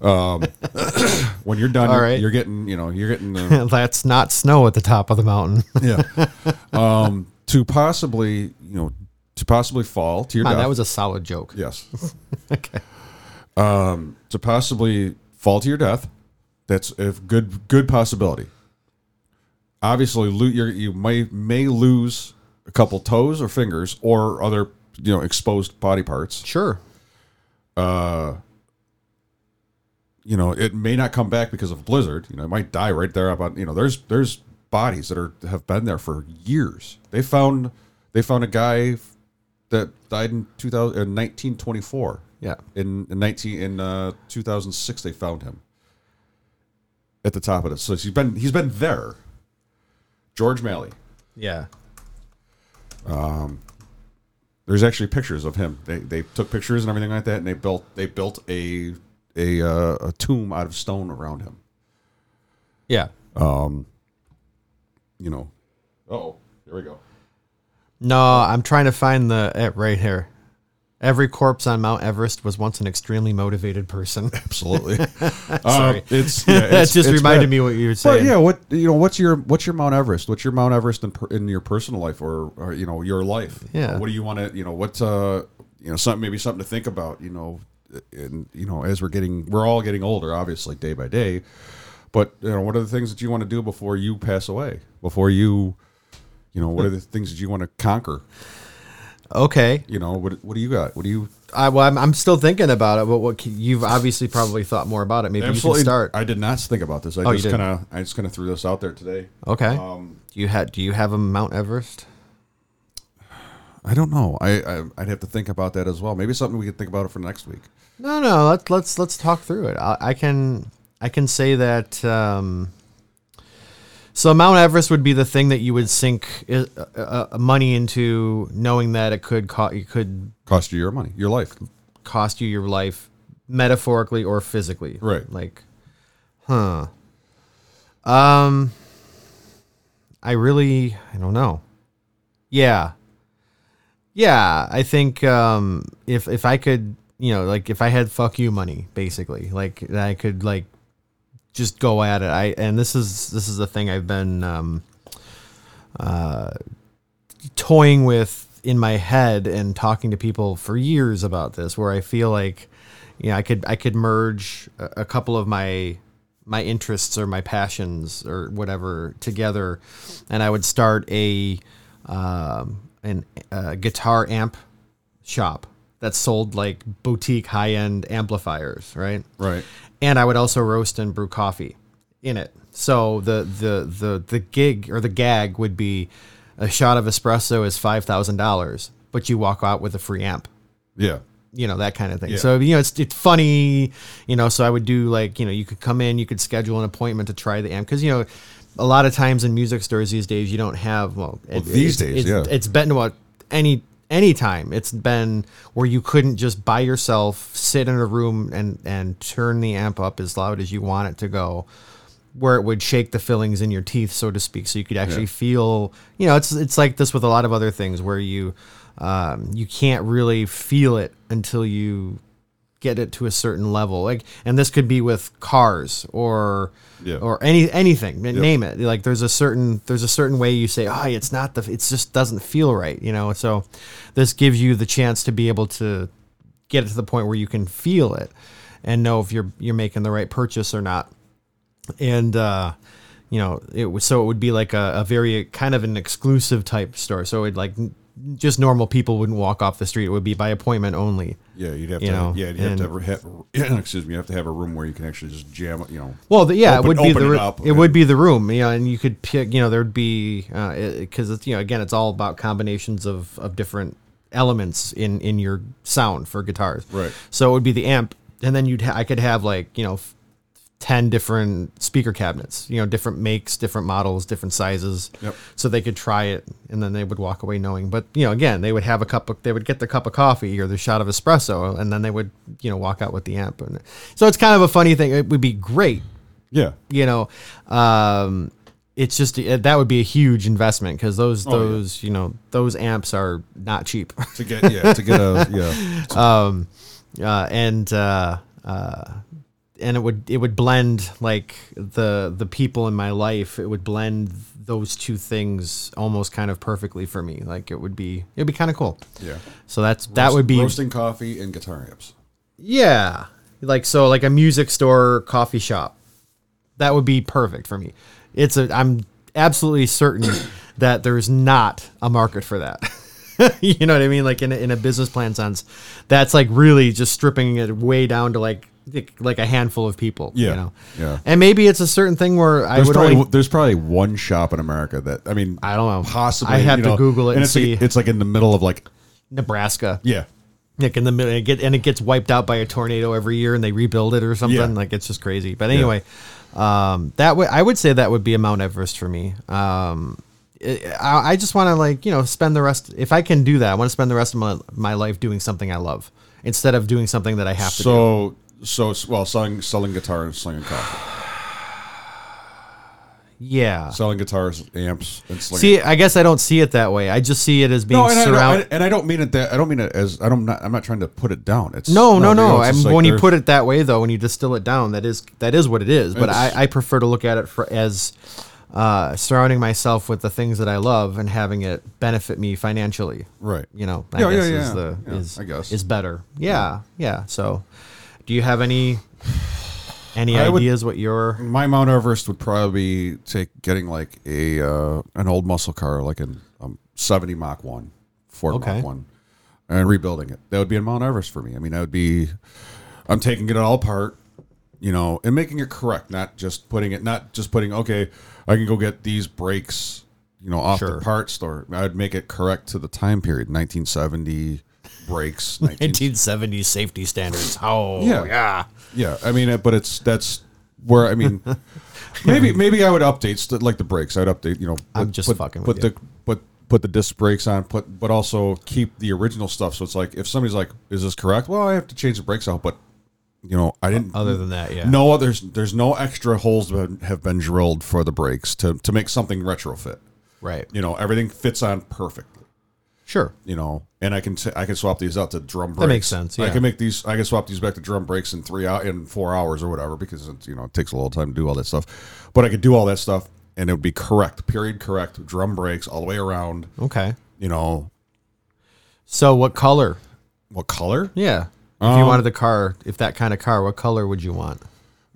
[SPEAKER 2] um, (coughs) when you're done,
[SPEAKER 1] All
[SPEAKER 2] you're-
[SPEAKER 1] right.
[SPEAKER 2] you're getting you know you're getting
[SPEAKER 1] (laughs)
[SPEAKER 2] uh, the,
[SPEAKER 1] (laughs) That's not snow at the top of the mountain. (laughs)
[SPEAKER 2] yeah um, to possibly you know to possibly fall to your
[SPEAKER 1] Man,
[SPEAKER 2] death.
[SPEAKER 1] that was a solid joke.
[SPEAKER 2] yes Um,
[SPEAKER 1] Okay.
[SPEAKER 2] to possibly fall to your death. That's a good good possibility. Obviously, lo- you're, you may may lose a couple toes or fingers or other you know exposed body parts.
[SPEAKER 1] Sure.
[SPEAKER 2] uh, You know, it may not come back because of a blizzard. You know, it might die right there up on. You know, there's there's bodies that are have been there for years. They found they found a guy that died in 2000, uh, 1924.
[SPEAKER 1] Yeah.
[SPEAKER 2] in, in 19 in uh, 2006 they found him at the top of this so he's been he's been there george malley
[SPEAKER 1] Yeah.
[SPEAKER 2] there's actually pictures of him they, they took pictures and everything like that and they built they built a a, uh, a tomb out of stone around him
[SPEAKER 1] Yeah.
[SPEAKER 2] you know oh there we go
[SPEAKER 1] No, I'm trying to find the eh, right here. Every corpse on Mount Everest was once an extremely motivated person. (laughs)
[SPEAKER 2] absolutely (laughs) um, it's, yeah,
[SPEAKER 1] that
[SPEAKER 2] it's-
[SPEAKER 1] just
[SPEAKER 2] it's
[SPEAKER 1] reminded
[SPEAKER 2] bad.
[SPEAKER 1] me what you were
[SPEAKER 2] But
[SPEAKER 1] saying.
[SPEAKER 2] yeah, what you know, what's your what's your Mount Everest? What's your Mount Everest in, per, in your personal life or, or you know your life?
[SPEAKER 1] Yeah.
[SPEAKER 2] What do you want to you know what uh you know something maybe something to think about you know and you know as we're getting we're all getting older obviously day by day, but you know what are the things that you want to do before you pass away before you you know what are the things that you want to conquer
[SPEAKER 1] Okay.
[SPEAKER 2] you know what what do you got what do you
[SPEAKER 1] I, well, I'm, I'm still thinking about it, but what can, you've obviously probably thought more about it. Maybe you can start.
[SPEAKER 2] I did not think about this I
[SPEAKER 1] Oh, you
[SPEAKER 2] just
[SPEAKER 1] didn't.
[SPEAKER 2] kind of I just kind of threw this out there today
[SPEAKER 1] okay.
[SPEAKER 2] um
[SPEAKER 1] do you had do you have a Mount Everest?
[SPEAKER 2] I don't know. I, I I'd have to think about that as well. Maybe something we could think about it for next week.
[SPEAKER 1] No, no. Let's let's let's talk through it. I, I can I can say that. Um, so Mount Everest would be the thing that you would sink uh, uh, uh, money into, knowing that it could co- it could
[SPEAKER 2] Cost you your money, your life.
[SPEAKER 1] cost you your life, metaphorically or physically.
[SPEAKER 2] Right.
[SPEAKER 1] Like, huh. Um, I really I don't know. Yeah. Yeah, I think um, if if I could, you know, like if I had fuck you money, basically, like that I could like just go at it. I and this is this is the thing I've been um, uh, toying with in my head and talking to people for years about this, where I feel like, you know, I could I could merge a, a couple of my my interests or my passions or whatever together, and I would start a um, an a guitar amp shop that sold like boutique high end amplifiers, right?
[SPEAKER 2] Right.
[SPEAKER 1] and I would also roast and brew coffee in it. So the the the the gig or the gag would be a shot of espresso is five thousand dollars, but you walk out with a free amp,
[SPEAKER 2] Yeah.
[SPEAKER 1] you know that kind of thing.
[SPEAKER 2] Yeah.
[SPEAKER 1] So you know it's it's funny, you know. So I would do like you know you could come in, you could schedule an appointment to try the amp because you know a lot of times in music stores these days you don't have well, it-
[SPEAKER 2] these
[SPEAKER 1] it's-
[SPEAKER 2] days,
[SPEAKER 1] it's-
[SPEAKER 2] yeah.
[SPEAKER 1] it's been what any any time it's been where you couldn't just by yourself sit in a room and and turn the amp up as loud as you want it to go where it would shake the fillings in your teeth so to speak so you could actually feel you know it's it's like this with a lot of other things where you um, you can't really feel it until you get it to a certain level like and this could be with cars or
[SPEAKER 2] Yeah.
[SPEAKER 1] or or any anything n- name it like there's a certain there's a certain way you say oh it's not the it just doesn't feel right you know so this gives you the chance to be able to get it to the point where you can feel it and know if you're you're making the right purchase or not and uh you know it was so it would be like a, a very kind of an exclusive type store so it like n- just normal people wouldn't walk off the street it would be by appointment only
[SPEAKER 2] Yeah. You'd have
[SPEAKER 1] You
[SPEAKER 2] to.
[SPEAKER 1] know,
[SPEAKER 2] yeah. You have to have, have (coughs) excuse me. You have to have a room where you can actually just jam. You know.
[SPEAKER 1] Well, the, yeah,
[SPEAKER 2] Open-
[SPEAKER 1] it would be
[SPEAKER 2] open
[SPEAKER 1] the
[SPEAKER 2] it
[SPEAKER 1] it,
[SPEAKER 2] up
[SPEAKER 1] it would be the room, you know, and you could pick, you know, there'd be because it's you know again it's all about combinations of of different elements in in your sound for guitars.
[SPEAKER 2] Right.
[SPEAKER 1] So it would be the amp, and then you'd ha- I could have like you know f- 10 different speaker cabinets, you know, different makes, different models, different sizes.
[SPEAKER 2] Yep.
[SPEAKER 1] So they could try it and then they would walk away knowing. But, you know, again, they would have a cup of, they would get the cup of coffee or the shot of espresso and then they would, you know, walk out with the amp. And so it's kind of a funny thing. It would be great,
[SPEAKER 2] Yeah.
[SPEAKER 1] you know, um, it's just that would be a huge investment because those
[SPEAKER 2] yeah.
[SPEAKER 1] those you know those amps are not cheap. (laughs)
[SPEAKER 2] To get yeah, to get a yeah.
[SPEAKER 1] uh, and uh, uh, and it would it would blend like the the people in my life. It would blend those two things almost kind of perfectly for me. Like it would be it'd be kind of cool.
[SPEAKER 2] Yeah.
[SPEAKER 1] So that's that would be
[SPEAKER 2] roasting coffee and guitar amps.
[SPEAKER 1] yeah, like so like a music store coffee shop. That would be perfect for me. It's a I'm absolutely certain (coughs) that there's not a market for that. (laughs) you know what I mean? Like in a, in a business plan sense, that's like really just stripping it way down to like like a handful of people.
[SPEAKER 2] Yeah,
[SPEAKER 1] You know?
[SPEAKER 2] yeah.
[SPEAKER 1] And maybe it's a certain thing where I
[SPEAKER 2] There's
[SPEAKER 1] would
[SPEAKER 2] probably
[SPEAKER 1] only,
[SPEAKER 2] there's probably one shop in America that I mean
[SPEAKER 1] I don't know.
[SPEAKER 2] possibly
[SPEAKER 1] I have
[SPEAKER 2] you
[SPEAKER 1] to
[SPEAKER 2] know,
[SPEAKER 1] Google it and
[SPEAKER 2] it's like-
[SPEAKER 1] see.
[SPEAKER 2] it's like in the middle of like
[SPEAKER 1] Nebraska.
[SPEAKER 2] yeah
[SPEAKER 1] Like in the middle, and it, get, and it gets wiped out by a tornado every year, and they rebuild it or something.
[SPEAKER 2] Yeah.
[SPEAKER 1] Like it's just crazy. But anyway, um, that way I would say that would be a Mount Everest for me. Um, it, I, I just want to like you know spend the rest. If I can do that, I want to spend the rest of my, my life doing something I love instead of doing something that I have to. do.
[SPEAKER 2] so so well selling selling guitar and slinging coffee
[SPEAKER 1] Yeah.
[SPEAKER 2] selling guitars amps and slinging
[SPEAKER 1] see, I guess I don't see it that way. I just see it as being
[SPEAKER 2] no and I, don't,
[SPEAKER 1] surrounded.
[SPEAKER 2] and I don't mean it that I don't mean it as I don't not, I'm not trying to put it down it's
[SPEAKER 1] No, no, no.
[SPEAKER 2] it's
[SPEAKER 1] I'm,
[SPEAKER 2] just like
[SPEAKER 1] when you
[SPEAKER 2] there's-
[SPEAKER 1] put it that way, though, when you distill it down, that is that is what it is. But
[SPEAKER 2] It's-
[SPEAKER 1] I, I prefer to look at it for, as uh, surrounding myself with the things that I love and having it benefit me financially.
[SPEAKER 2] Right.
[SPEAKER 1] You know. I
[SPEAKER 2] Yeah, yeah,
[SPEAKER 1] guess Is
[SPEAKER 2] yeah.
[SPEAKER 1] the,
[SPEAKER 2] Yeah,
[SPEAKER 1] is,
[SPEAKER 2] I guess.
[SPEAKER 1] is better. Yeah, yeah. So, do you have any any
[SPEAKER 2] I would-
[SPEAKER 1] ideas what your
[SPEAKER 2] my Mount Everest would probably take getting like a uh, an old muscle car, like an um, seventy Mach one, Ford
[SPEAKER 1] Okay.
[SPEAKER 2] Mach one, and rebuilding it. That would be in Mount Everest for me. I mean, that would be I'm taking it all apart, you know, and making it correct, not just putting it, not just putting okay, I can go get these brakes, you know, off
[SPEAKER 1] Sure.
[SPEAKER 2] the parts store. I would make it correct to the time period, 1970
[SPEAKER 1] (laughs)
[SPEAKER 2] brakes, 1970
[SPEAKER 1] 1970s safety standards? Oh,
[SPEAKER 2] Yeah. yeah, I mean, it- but it's that's where
[SPEAKER 1] (laughs)
[SPEAKER 2] I mean, maybe maybe I would update st- like the brakes. I'd update, you know.
[SPEAKER 1] I'm
[SPEAKER 2] put-
[SPEAKER 1] just
[SPEAKER 2] put,
[SPEAKER 1] fucking
[SPEAKER 2] put
[SPEAKER 1] with
[SPEAKER 2] the put put the disc brakes on, put but also keep the original stuff. So it's like if somebody's like, "Is this correct?" Well, I have to change the brakes out, but you know, I didn't.
[SPEAKER 1] Other than that, yeah.
[SPEAKER 2] no others. There's no extra holes that have been drilled for the brakes to to make something retrofit.
[SPEAKER 1] Right.
[SPEAKER 2] You know, everything fits on perfectly
[SPEAKER 1] Sure.
[SPEAKER 2] you know, and I can t- I can swap these out to drum brakes.
[SPEAKER 1] makes sense,
[SPEAKER 2] I
[SPEAKER 1] yeah.
[SPEAKER 2] can make these. I can swap these back to drum brakes in three out in four hours or whatever because it's, you know it takes a little time to do all that stuff. But I could do all that stuff and it would be correct, period correct, drum brakes all the way around.
[SPEAKER 1] Okay.
[SPEAKER 2] You know
[SPEAKER 1] So, what color?
[SPEAKER 2] what color?
[SPEAKER 1] Yeah. If
[SPEAKER 2] Um,
[SPEAKER 1] you wanted the car, if that kind of car, what color would you want?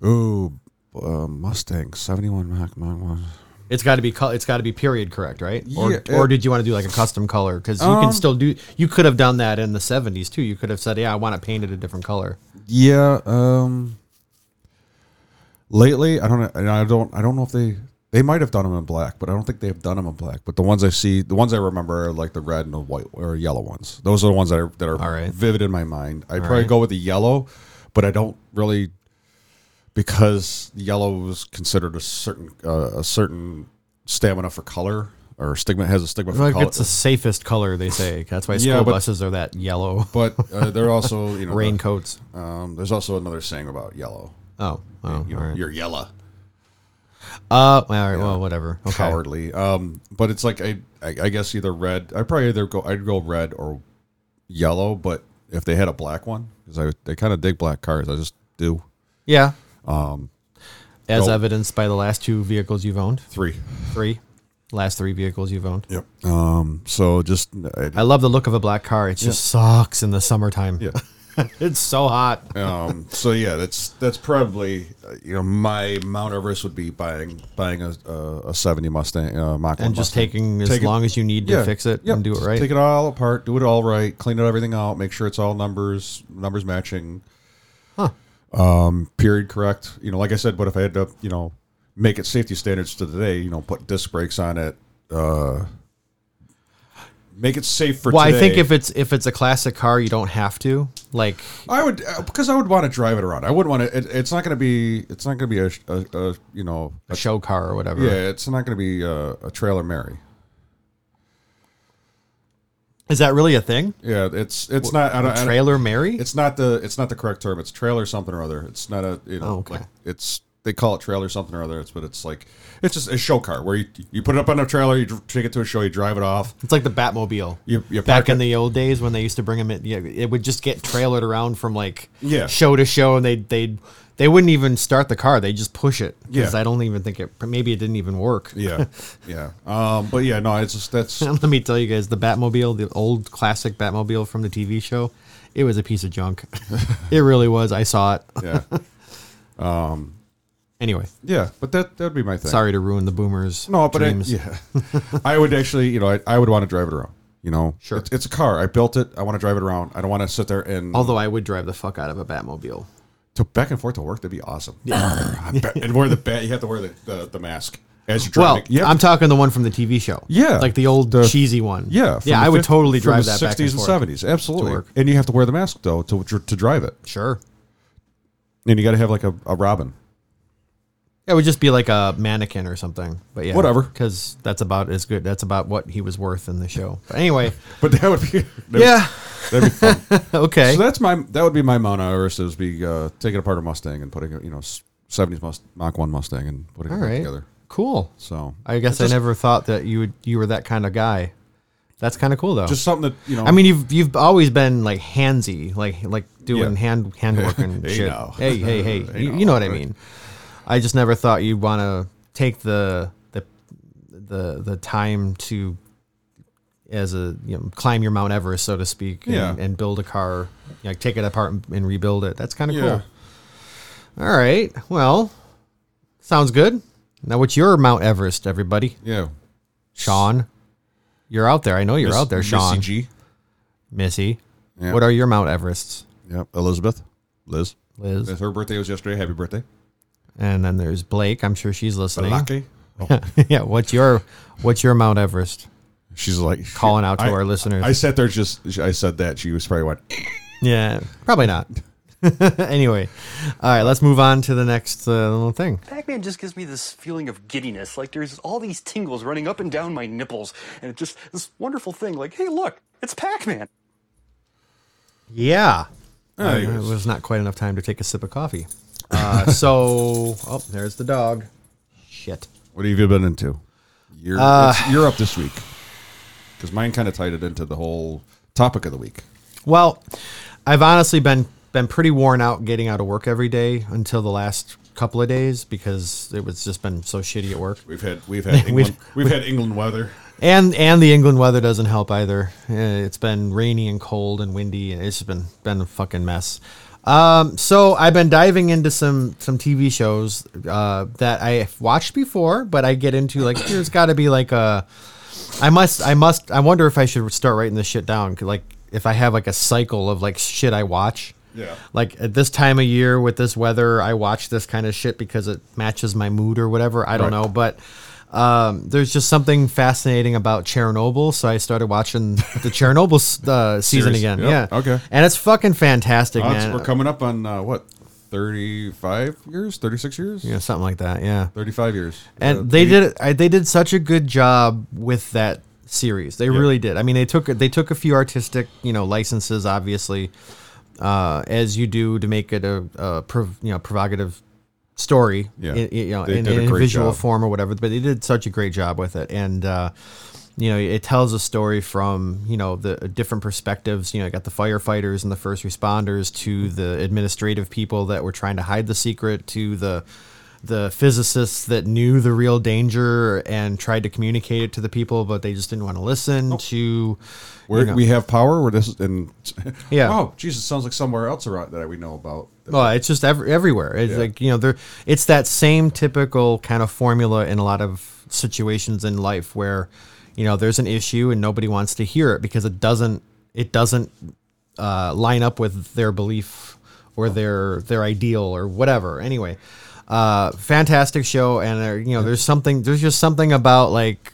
[SPEAKER 2] Ooh, uh, Mustang seventy one Mach Mach one.
[SPEAKER 1] It's got to be col- it's got to be period correct, right? Or, or
[SPEAKER 2] Yeah, it- Um,
[SPEAKER 1] did you want to do like a custom color? Because you can still do. You could have done that in the '70s too. You could have said, "Yeah, I want it painted a different color."
[SPEAKER 2] Yeah. Um. Lately, I don't. know- and I don't. I don't know if they. They might have done them in black, but I don't think they have done them in black. But the ones I see, the ones I remember are like the red and the white or yellow ones. Those are the ones that are that are
[SPEAKER 1] All right.
[SPEAKER 2] vivid in my mind. I probably
[SPEAKER 1] right.
[SPEAKER 2] go with the yellow, but I don't really because yellow was considered a certain uh, a certain stamina for color or stigma has a stigma for
[SPEAKER 1] Like
[SPEAKER 2] color.
[SPEAKER 1] it's the safest color they say. That's why school
[SPEAKER 2] Yeah, but-
[SPEAKER 1] buses are that yellow (laughs)
[SPEAKER 2] but uh, they're also you know
[SPEAKER 1] raincoats.
[SPEAKER 2] Um, there's also another saying about yellow.
[SPEAKER 1] Oh, oh, all
[SPEAKER 2] You're,
[SPEAKER 1] right.
[SPEAKER 2] you're yellow.
[SPEAKER 1] Uh, all right. Well, whatever. Okay.
[SPEAKER 2] cowardly. Um, but it's like I, I, I guess either red. I probably either go. I'd go red or yellow. But if they had a black one, because I they kind of dig black cars. I just do
[SPEAKER 1] Yeah. Um, as
[SPEAKER 2] go-
[SPEAKER 1] evidenced by the last two vehicles you've owned,
[SPEAKER 2] three.
[SPEAKER 1] three, last three vehicles you've owned.
[SPEAKER 2] Yep. Um. So just
[SPEAKER 1] I
[SPEAKER 2] I,
[SPEAKER 1] love the look of a black car. It just sucks in the summertime.
[SPEAKER 2] yeah.
[SPEAKER 1] it's so hot.
[SPEAKER 2] Um. So yeah, that's that's probably uh, you know my Mount Everest would be buying buying a a, a seventy Mustang uh, Mach
[SPEAKER 1] and
[SPEAKER 2] 1
[SPEAKER 1] just
[SPEAKER 2] Mustang.
[SPEAKER 1] taking as
[SPEAKER 2] Take it-
[SPEAKER 1] long as you need to fix it
[SPEAKER 2] Yep.
[SPEAKER 1] and do it
[SPEAKER 2] Just
[SPEAKER 1] right.
[SPEAKER 2] Take it all apart, do it all right, clean it everything out, make sure it's all numbers, numbers matching. Huh. Um, period correct. You know, like I said, but if I had to, you know, make it safety standards to today, you know, put disc brakes on it, uh make it safe for
[SPEAKER 1] well,
[SPEAKER 2] today.
[SPEAKER 1] I think if it's if it's a classic car, you don't have to. Like,
[SPEAKER 2] I would uh, because I would want to drive it around. I wouldn't want to. It, it's not going to be. It's not going to be a, sh- a, a you know.
[SPEAKER 1] a show car or whatever.
[SPEAKER 2] yeah, it's not going to be a, a trailer Mary.
[SPEAKER 1] Is that really a thing?
[SPEAKER 2] Yeah, it's it's not. I don't, I don't,
[SPEAKER 1] Trailer Mary?
[SPEAKER 2] it's not the it's not the correct term. It's trailer something or other. It's not a you know.
[SPEAKER 1] Oh, okay.
[SPEAKER 2] like, it's they call it trailer something or other. It's but it's like it's just a show car where you you put it up on a trailer, you dr- take it to a show, you drive it off.
[SPEAKER 1] It's like the Batmobile.
[SPEAKER 2] You- you park
[SPEAKER 1] Back in
[SPEAKER 2] it-
[SPEAKER 1] the old days when they used to bring them in, yeah, it would just get trailered around from like
[SPEAKER 2] Yeah.
[SPEAKER 1] show to show, and they they they wouldn't even start the car; they just push it.
[SPEAKER 2] Yeah.
[SPEAKER 1] I don't even think it. Maybe it didn't even work. (laughs)
[SPEAKER 2] Yeah, yeah. Um, but yeah, no, it's just that's
[SPEAKER 1] Let me tell you guys, the Batmobile, the old classic Batmobile from the TV show, it was a piece of junk.
[SPEAKER 2] (laughs)
[SPEAKER 1] it really was. I saw it.
[SPEAKER 2] yeah,
[SPEAKER 1] Anyway,
[SPEAKER 2] yeah. But that that'd be my thing.
[SPEAKER 1] sorry to ruin the boomers.
[SPEAKER 2] No, but I,
[SPEAKER 1] dreams. (laughs)
[SPEAKER 2] yeah, I would actually, you know, I, I would want to drive it around. You know,
[SPEAKER 1] Sure.
[SPEAKER 2] it's, it's a car. I built it. I want to drive it around. I don't want to sit there and
[SPEAKER 1] Although I would drive the fuck out of a Batmobile.
[SPEAKER 2] to back and forth to work. That'd be awesome. (laughs) I bet- and wear the bat. You have to wear the, the, the mask as you drive.
[SPEAKER 1] Well,
[SPEAKER 2] it. yeah,
[SPEAKER 1] I'm talking the one from the TV show.
[SPEAKER 2] Yeah.
[SPEAKER 1] like the old
[SPEAKER 2] The-
[SPEAKER 1] cheesy one.
[SPEAKER 2] yeah, from
[SPEAKER 1] yeah.
[SPEAKER 2] the
[SPEAKER 1] I would
[SPEAKER 2] fif-
[SPEAKER 1] totally
[SPEAKER 2] from
[SPEAKER 1] drive
[SPEAKER 2] the
[SPEAKER 1] that back and,
[SPEAKER 2] and
[SPEAKER 1] forth.
[SPEAKER 2] seventies. Absolutely,
[SPEAKER 1] work.
[SPEAKER 2] and you have to wear the mask though to dr- to drive it.
[SPEAKER 1] Sure.
[SPEAKER 2] And you got to have like a, a Robin.
[SPEAKER 1] It would just be like a mannequin or something. But yeah,
[SPEAKER 2] Whatever.
[SPEAKER 1] Because that's about as good. That's about what he was worth in the show. But
[SPEAKER 2] (laughs)
[SPEAKER 1] anyway,
[SPEAKER 2] But that would be that
[SPEAKER 1] yeah. (laughs)
[SPEAKER 2] would- that'd be fun.
[SPEAKER 1] Okay.
[SPEAKER 2] So that's my that would be my Mona Urus is be uh, taking apart a Mustang and putting a you know seventies Must- Mach one Mustang and putting
[SPEAKER 1] All
[SPEAKER 2] it back
[SPEAKER 1] right.
[SPEAKER 2] together.
[SPEAKER 1] Cool.
[SPEAKER 2] So
[SPEAKER 1] I guess I never thought that you would you were that kind of guy. That's kind of cool though.
[SPEAKER 2] just something that you know.
[SPEAKER 1] I mean, you've you've always been like handsy, like like doing
[SPEAKER 2] Yeah.
[SPEAKER 1] hand handwork and
[SPEAKER 2] (laughs) Hey,
[SPEAKER 1] shit.
[SPEAKER 2] now.
[SPEAKER 1] Hey, hey, hey,
[SPEAKER 2] (laughs) Hey,
[SPEAKER 1] you,
[SPEAKER 2] now,
[SPEAKER 1] you know what I
[SPEAKER 2] right.
[SPEAKER 1] mean. I just never thought you'd want to take the the the the time to as a you know climb your Mount Everest, so to speak, and,
[SPEAKER 2] Yeah.
[SPEAKER 1] and build a car, you know, take it apart and, and rebuild it. That's kind of
[SPEAKER 2] Yeah.
[SPEAKER 1] cool. All right, well, sounds good. Now, what's your Mount Everest, everybody?
[SPEAKER 2] yeah,
[SPEAKER 1] Sean, you're out there. I know you're
[SPEAKER 2] Miss-
[SPEAKER 1] out there,
[SPEAKER 2] Missy
[SPEAKER 1] Sean.
[SPEAKER 2] G.
[SPEAKER 1] Missy,
[SPEAKER 2] Yeah.
[SPEAKER 1] what are your Mount Everests,
[SPEAKER 2] Yeah, Elizabeth, Liz.
[SPEAKER 1] Liz?
[SPEAKER 2] Her birthday was yesterday. Happy birthday,
[SPEAKER 1] And then there's Blake. I'm sure she's listening.
[SPEAKER 2] Lucky.
[SPEAKER 1] (laughs)
[SPEAKER 2] Oh,
[SPEAKER 1] yeah. What's your What's your Mount Everest?
[SPEAKER 2] She's like
[SPEAKER 1] Calling out to
[SPEAKER 2] I-
[SPEAKER 1] our listeners.
[SPEAKER 2] I sat there just. I said that she was probably went.
[SPEAKER 1] yeah, probably not. (laughs) anyway, all right. Let's move on to the next uh, little thing.
[SPEAKER 5] Pac-Man just gives me this feeling of giddiness, like there's all these tingles running up and down my nipples, and it's just this wonderful thing, like, hey, look, it's Pac-Man.
[SPEAKER 1] Yeah.
[SPEAKER 2] Oh,
[SPEAKER 1] it
[SPEAKER 2] yes.
[SPEAKER 1] was not quite enough time to take a sip of coffee. Uh, (laughs) so, oh, there's the dog. Shit.
[SPEAKER 2] What have you been into? You're
[SPEAKER 1] Uh,
[SPEAKER 2] it's Europe this week because mine kind of tied it into the whole topic of the week.
[SPEAKER 1] Well, I've honestly been been pretty worn out getting out of work every day until the last couple of days because it was just been so shitty at work.
[SPEAKER 2] We've had
[SPEAKER 1] (laughs)
[SPEAKER 2] we've had England, we've, had England weather.
[SPEAKER 1] And and the England weather doesn't help either. Uh, It's been rainy and cold and windy, and it's just been been a fucking mess. Um, so I've been diving into some some TV shows uh, that I've watched before, but I get into like there's got to be like a I must I must I wonder if I should start writing this shit down 'cause, like if I have like a cycle of like shit I watch.
[SPEAKER 2] Yeah.
[SPEAKER 1] Like at this time of year with this weather, I watch this kind of shit because it matches my mood or whatever. I don't
[SPEAKER 2] Right.
[SPEAKER 1] know, but um, there's just something fascinating about Chernobyl, so I started watching the Chernobyl s- (laughs) uh, season
[SPEAKER 2] Series.
[SPEAKER 1] again.
[SPEAKER 2] Yep.
[SPEAKER 1] Yeah,
[SPEAKER 2] Okay.
[SPEAKER 1] and it's fucking fantastic,
[SPEAKER 2] Uh, it's-
[SPEAKER 1] man.
[SPEAKER 2] we're coming up on uh, what thirty five years, thirty six years,
[SPEAKER 1] yeah, something like that. Yeah,
[SPEAKER 2] thirty five years,
[SPEAKER 1] and
[SPEAKER 2] Uh,
[SPEAKER 1] they
[SPEAKER 2] eighty-
[SPEAKER 1] did it. I, they did such a good job with that series. They really did. I mean, they took they took a few artistic, you know, licenses, obviously, uh, as you do to make it a, a prov, you know provocative story,
[SPEAKER 2] Yeah.
[SPEAKER 1] in, you know,
[SPEAKER 2] They
[SPEAKER 1] in,
[SPEAKER 2] did a
[SPEAKER 1] in
[SPEAKER 2] great
[SPEAKER 1] visual
[SPEAKER 2] job.
[SPEAKER 1] form or whatever. But they did such a great job with it, and uh, you know, it tells a story from you know the uh, different perspectives. You know, you got the firefighters and the first responders to the administrative people that were trying to hide the secret to the the physicists that knew the real danger and tried to communicate it to the people, but they just didn't want to listen to.
[SPEAKER 2] Where we have power, where this and
[SPEAKER 1] (laughs) Yeah.
[SPEAKER 2] oh Jesus, sounds like somewhere else around that we know about.
[SPEAKER 1] Well, it's just ev- everywhere. It's
[SPEAKER 2] Yeah.
[SPEAKER 1] like you know, there. It's that same typical kind of formula in a lot of situations in life where, you know, there's an issue and nobody wants to hear it because it doesn't. It doesn't uh, line up with their belief or their their ideal or whatever. Anyway, uh, fantastic show, and uh, you know, there's something. There's just something about like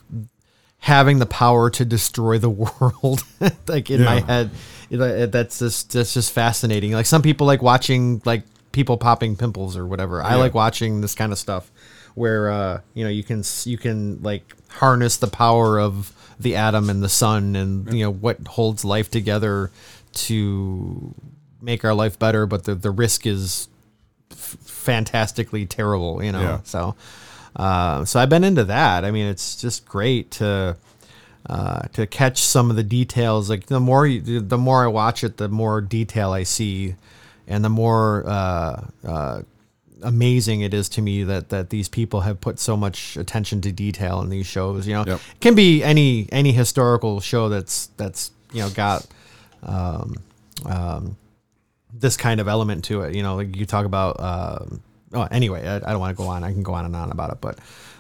[SPEAKER 1] having the power to destroy the (laughs) world like in my
[SPEAKER 2] Yeah.
[SPEAKER 1] head you know, it- that's just that's just fascinating. Like some people like watching like people popping pimples or whatever. I like watching this kind of stuff where uh, you know you can s- you can like harness the power of the atom and the sun and you know what holds life together to make our life better, but the the risk is fantastically terrible, you know.
[SPEAKER 2] Yeah.
[SPEAKER 1] So, uh, so I've been into that. I mean, it's just great to uh, to catch some of the details. Like the more you, the more I watch it, the more detail I see, and the more uh, uh, amazing it is to me that that these people have put so much attention to detail in these shows. You know,
[SPEAKER 2] Yep.
[SPEAKER 1] it can be any any historical show that's that's you know got um, this kind of element to it. You know, like you talk about. Uh, oh, anyway, I, I don't want to go on. I can go on and on about it, but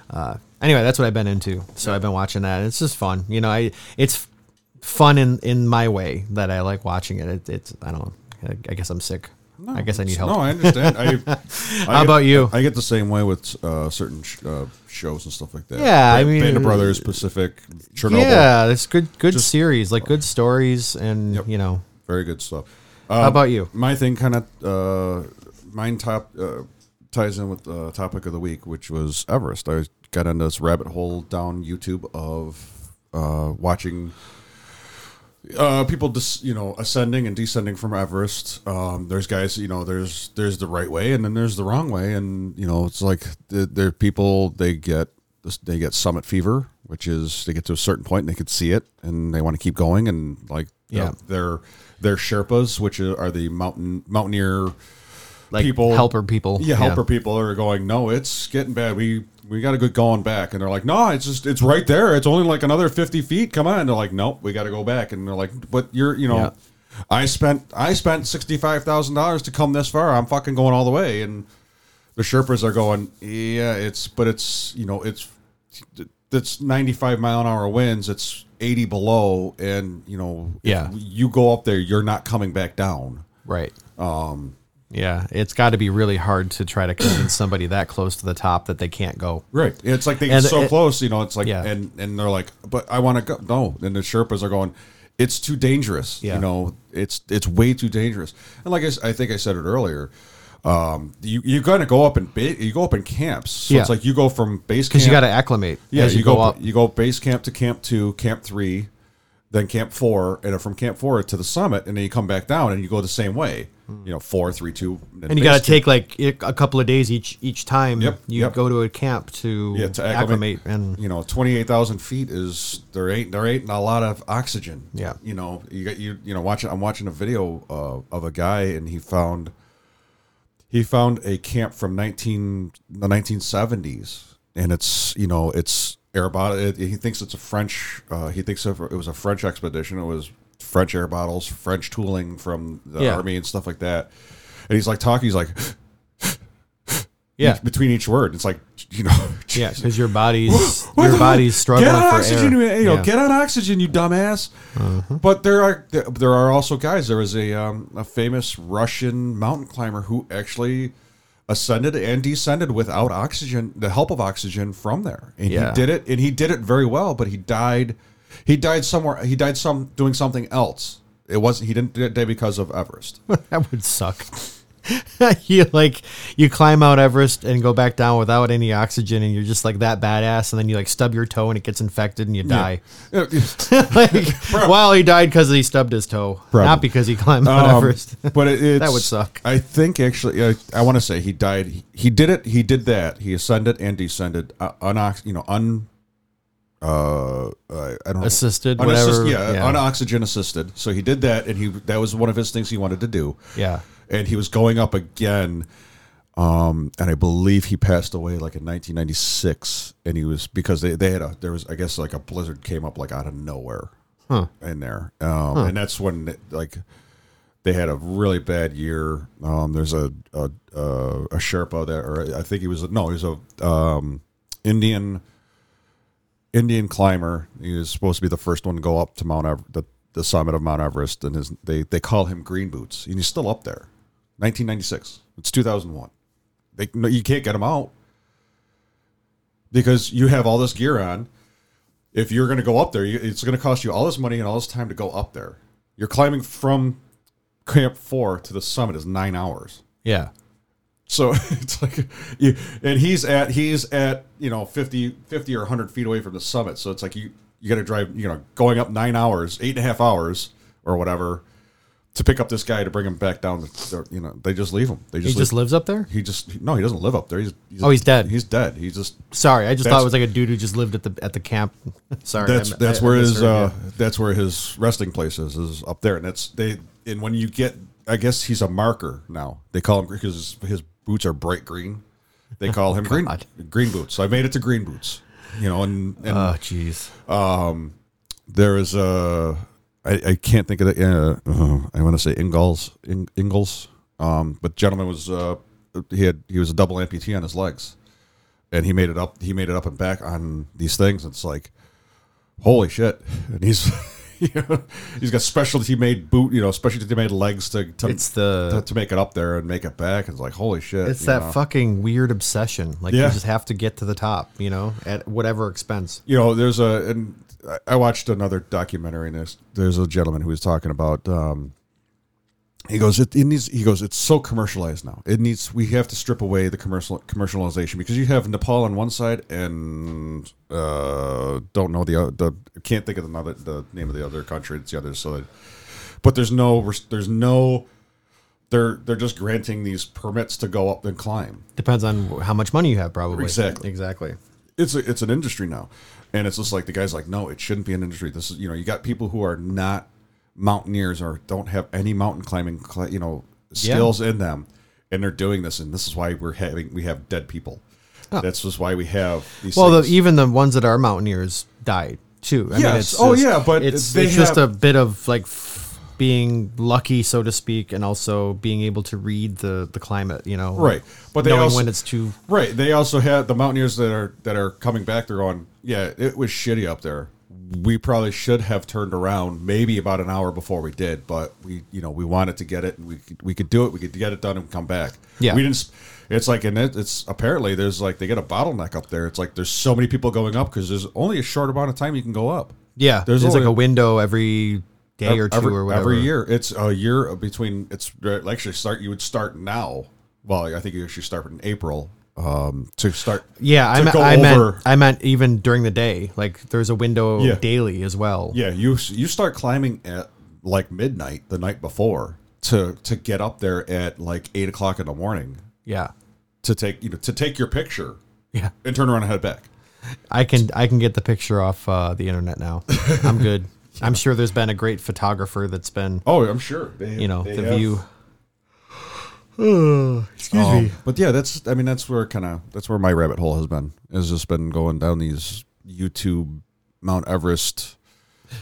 [SPEAKER 1] uh, anyway, that's what I've been into. So I've been watching that. It's just fun. You know, I it's fun in in my way that I like watching it. it it's I don't. I, I guess I'm sick. I guess I need help.
[SPEAKER 2] No, I
[SPEAKER 1] (laughs)
[SPEAKER 2] understand. I, I get-
[SPEAKER 1] about you?
[SPEAKER 2] I get the same way with uh, certain sh- uh, shows and stuff like that.
[SPEAKER 1] Yeah, I
[SPEAKER 2] Ba-
[SPEAKER 1] mean-
[SPEAKER 2] Band of Brothers, Pacific, Chernobyl.
[SPEAKER 1] yeah, it's good good
[SPEAKER 2] Just-
[SPEAKER 1] series, like good stories, and
[SPEAKER 2] Yep. Uh,
[SPEAKER 1] you know.
[SPEAKER 2] Very good stuff. Um,
[SPEAKER 1] How about you?
[SPEAKER 2] My thing kind of uh, mine top uh, ties in with the topic of the week, which was Everest. I got on this rabbit hole down YouTube of uh, watching uh, people dis- you know ascending and descending from Everest. Um, there's guys you know there's there's the right way and then there's the wrong way, and you know it's like the- there are people they get they get summit fever, which is they get to a certain point and they could see it and they want to keep going and like
[SPEAKER 1] Yeah.
[SPEAKER 2] their their Sherpas, which are the mountain mountaineer
[SPEAKER 1] Like
[SPEAKER 2] people
[SPEAKER 1] helper people.
[SPEAKER 2] yeah, helper people are going. No, it's getting bad. We we got to go going back, and they're like, no, it's just it's right there. It's only like another fifty feet. Come on, and they're like, nope, we got to go back, and they're like, but you're you know,
[SPEAKER 1] Yeah.
[SPEAKER 2] I spent I spent sixty five thousand dollars to come this far. I'm fucking going all the way, and the Sherpas are going, yeah, it's but it's you know it's that's 95 mile an hour winds it's 80 below and you know if
[SPEAKER 1] Yeah.
[SPEAKER 2] you go up there you're not coming back down
[SPEAKER 1] Right. Um. Yeah, it's got to be really hard to try to
[SPEAKER 2] (coughs)
[SPEAKER 1] convince somebody that close to the top that they can't go.
[SPEAKER 2] Right. It's like they get
[SPEAKER 1] And
[SPEAKER 2] so
[SPEAKER 1] it-
[SPEAKER 2] close, you know, it's like
[SPEAKER 1] Yeah.
[SPEAKER 2] and and they're like, "But I want to go." No, and the Sherpas are going, "It's too dangerous."
[SPEAKER 1] Yeah.
[SPEAKER 2] You know, it's it's way too dangerous. And like I, s- I think I said it earlier, um you you're going to go up in ba- you go up in camps. So
[SPEAKER 1] Yeah.
[SPEAKER 2] it's like you go from base camp
[SPEAKER 1] Because you got to acclimate
[SPEAKER 2] yeah,
[SPEAKER 1] as
[SPEAKER 2] you,
[SPEAKER 1] you,
[SPEAKER 2] go,
[SPEAKER 1] go up.
[SPEAKER 2] You go base camp to camp two, camp three, then camp four, and then from camp four to the summit, and then you come back down and you go the same way. You know, four, three, two,
[SPEAKER 1] Hmm. and you
[SPEAKER 2] base
[SPEAKER 1] got to
[SPEAKER 2] camp.
[SPEAKER 1] take like i- a couple of days each each time
[SPEAKER 2] Yep,
[SPEAKER 1] you
[SPEAKER 2] yep.
[SPEAKER 1] go to a camp to,
[SPEAKER 2] yeah, to
[SPEAKER 1] Mm. acclimate.
[SPEAKER 2] acclimate,
[SPEAKER 1] and
[SPEAKER 2] you know, twenty eight thousand feet is there ain't there ain't a lot of oxygen.
[SPEAKER 1] Yeah.
[SPEAKER 2] you know, you got you you know watching. I'm watching a video uh, of a guy and he found he found a camp from 19 the 1970s and it's you know it's air bottle. It, he thinks it's a French. Uh, he thinks of, it was a French expedition. It was French air bottles, French tooling from the
[SPEAKER 1] Yeah.
[SPEAKER 2] army and stuff like that. And he's like talking. He's like (gasps)
[SPEAKER 1] yeah,
[SPEAKER 2] between each word. It's like you know. (laughs)
[SPEAKER 1] yeah, because your body's
[SPEAKER 2] (gasps) What
[SPEAKER 1] your
[SPEAKER 2] the
[SPEAKER 1] body's
[SPEAKER 2] fuck?
[SPEAKER 1] struggling
[SPEAKER 2] get on
[SPEAKER 1] for
[SPEAKER 2] oxygen,
[SPEAKER 1] air.
[SPEAKER 2] You, you know,
[SPEAKER 1] Yeah. Uh-huh.
[SPEAKER 2] get on oxygen, you dumbass. But there are there- there are also guys. There was a um, a famous Russian mountain climber who actually ascended and descended without oxygen, the help of oxygen from there, and
[SPEAKER 1] Yeah.
[SPEAKER 2] he did it, and he did it very well. But he died, he died somewhere. He died some doing something else. It wasn't. He didn't die because of Everest.
[SPEAKER 1] that would suck. (laughs) you like you climb Mount Everest and go back down without any oxygen, and you're just like that badass. And then you like stub your toe and it gets infected and you
[SPEAKER 2] (laughs)
[SPEAKER 1] die. (laughs) like, well, he died because he stubbed his toe, not
[SPEAKER 2] Probably.
[SPEAKER 1] because he climbed Mount
[SPEAKER 2] Um,
[SPEAKER 1] Everest. (laughs)
[SPEAKER 2] But it, it's,
[SPEAKER 1] would suck.
[SPEAKER 2] I think actually, I, I want to say he died. He, he did it. He did that. He ascended and descended. Uh, unox, you know, un. Uh, uh, I don't
[SPEAKER 1] Assisted,
[SPEAKER 2] know.
[SPEAKER 1] whatever,
[SPEAKER 2] yeah,
[SPEAKER 1] yeah.
[SPEAKER 2] unoxygen assisted. So he did that, and he that was one of his things he wanted to do.
[SPEAKER 1] yeah,
[SPEAKER 2] And he was going up again, um, and I believe he passed away like in 1996. And he was because they, they had a there was I guess like a blizzard came up like out of nowhere in there, um, and that's when like they had a really bad year. Um, there's a a, uh, a Sherpa there, or I think he was no, he was a um, Indian Indian climber. He was supposed to be the first one to go up to Mount Ever- the, the summit of Mount Everest, and his they they call him Green Boots, and he's still up there. 1996. It's 2001. They no, you can't get him out because you have all this gear on. If you're going to go up there, you, it's going to cost you all this money and all this time to go up there. You're climbing from Camp Four to the summit is nine hours.
[SPEAKER 1] Yeah.
[SPEAKER 2] So (laughs) it's like, you, and he's at he's at you know 50, 50 or hundred feet away from the summit. So it's like you you got to drive you know going up nine hours, eight and a half hours or whatever, to pick up this guy to bring him back down. To, you know they just leave him. They
[SPEAKER 1] He
[SPEAKER 2] just,
[SPEAKER 1] just
[SPEAKER 2] leave-
[SPEAKER 1] lives up there?
[SPEAKER 2] He just no, he doesn't live up there. He's,
[SPEAKER 1] Oh, he's dead.
[SPEAKER 2] He's dead. He just
[SPEAKER 1] Sorry, I just
[SPEAKER 2] That's-
[SPEAKER 1] thought it was like a dude who just lived at the at the camp. (laughs) Sorry.
[SPEAKER 2] that's
[SPEAKER 1] I-
[SPEAKER 2] that's
[SPEAKER 1] I- I
[SPEAKER 2] where his
[SPEAKER 1] misheard
[SPEAKER 2] uh,
[SPEAKER 1] you.
[SPEAKER 2] that's where his resting place is is up there, and that's they. And when you get, I guess he's a marker now. They call him because his, his boots are bright green. They call him
[SPEAKER 1] (laughs)
[SPEAKER 2] green
[SPEAKER 1] God.
[SPEAKER 2] green boots. So I made it to green boots, you know. And, and
[SPEAKER 1] Oh jeez.
[SPEAKER 2] there is a I, I can't think of the uh, uh, I want to say Ingalls In, Ingalls, um, but gentleman was uh, he had he was a double amputee on his legs, and he made it up he made it up and back on these things. It's like holy shit, (laughs) and he's. You know, he's got specialty made boot, you know, specialty made legs to to,
[SPEAKER 1] It's the-
[SPEAKER 2] to, to make it up there and make it back. It's like holy shit.
[SPEAKER 1] It's
[SPEAKER 2] you
[SPEAKER 1] that
[SPEAKER 2] know.
[SPEAKER 1] fucking weird obsession. Like
[SPEAKER 2] Yeah.
[SPEAKER 1] you just have to get to the top, you know, at whatever expense.
[SPEAKER 2] you know, there's a and I- I watched another documentary and there's there's a gentleman who was talking about um he goes it, it needs he goes it's so commercialized now. It needs we have to strip away the commercial commercialization because you have Nepal on one side and uh don't know the other the can't think of another the name of the other country it's the other side. But there's no res- there's no they're they're just granting these permits to go up and climb.
[SPEAKER 1] Depends on how much money you have, probably.
[SPEAKER 2] Exactly.
[SPEAKER 1] Exactly.
[SPEAKER 2] it's a, it's an industry now, and it's just like the guy's like, no, it shouldn't be an industry. This is you know you got people who are not mountaineers or don't have any mountain climbing cl- you know skills in them, and they're doing this, and this is why we're having we have dead people. That's just why we have these.
[SPEAKER 1] Well, the,
[SPEAKER 2] things.
[SPEAKER 1] even the ones that are mountaineers died too. I
[SPEAKER 2] Yes. Oh,
[SPEAKER 1] just-
[SPEAKER 2] yeah, but
[SPEAKER 1] it's
[SPEAKER 2] they
[SPEAKER 1] it's just a
[SPEAKER 2] have-
[SPEAKER 1] bit of like f- being lucky, so to speak, and also being able to read the the climate. You know,
[SPEAKER 2] Right. But
[SPEAKER 1] But
[SPEAKER 2] they
[SPEAKER 1] knowing
[SPEAKER 2] also-
[SPEAKER 1] when it's too.
[SPEAKER 2] right. They also have the mountaineers that are that are coming back. They're going, yeah, it was shitty up there. We probably should have turned around maybe about an hour before we did, but we you know we wanted to get it and we could, we could do it. We could get it done and come back.
[SPEAKER 1] Yeah.
[SPEAKER 2] we didn't. s- It's like and it, it's apparently there's like they get a bottleneck up there. It's like there's so many people going up because there's only a short amount of time you can go up.
[SPEAKER 1] Yeah,
[SPEAKER 2] There's
[SPEAKER 1] there's, like
[SPEAKER 2] only-
[SPEAKER 1] a window every day or two
[SPEAKER 2] every,
[SPEAKER 1] or whatever.
[SPEAKER 2] Every year, it's a year between. It's uh, actually start. You would start now. Well, I think you actually start in April um, to start.
[SPEAKER 1] Yeah,
[SPEAKER 2] to
[SPEAKER 1] I, meant,
[SPEAKER 2] go
[SPEAKER 1] I meant
[SPEAKER 2] over-
[SPEAKER 1] I meant even during the day. Like there's a window
[SPEAKER 2] Yeah.
[SPEAKER 1] daily as well.
[SPEAKER 2] yeah, you you start climbing at like midnight the night before to to get up there at like eight o'clock in the morning
[SPEAKER 1] yeah,
[SPEAKER 2] to take you know to take your picture
[SPEAKER 1] yeah.
[SPEAKER 2] and turn around and head back.
[SPEAKER 1] I can I can get the picture off uh, the internet now.
[SPEAKER 2] (laughs)
[SPEAKER 1] I'm good. I'm sure there's been a great photographer that's been
[SPEAKER 2] Oh, I'm sure. They,
[SPEAKER 1] you know
[SPEAKER 2] they
[SPEAKER 1] the
[SPEAKER 2] have-
[SPEAKER 1] view. Excuse
[SPEAKER 2] Um, But yeah, that's I mean that's where kind of that's where my rabbit hole has been. Has just been going down these YouTube Mount Everest.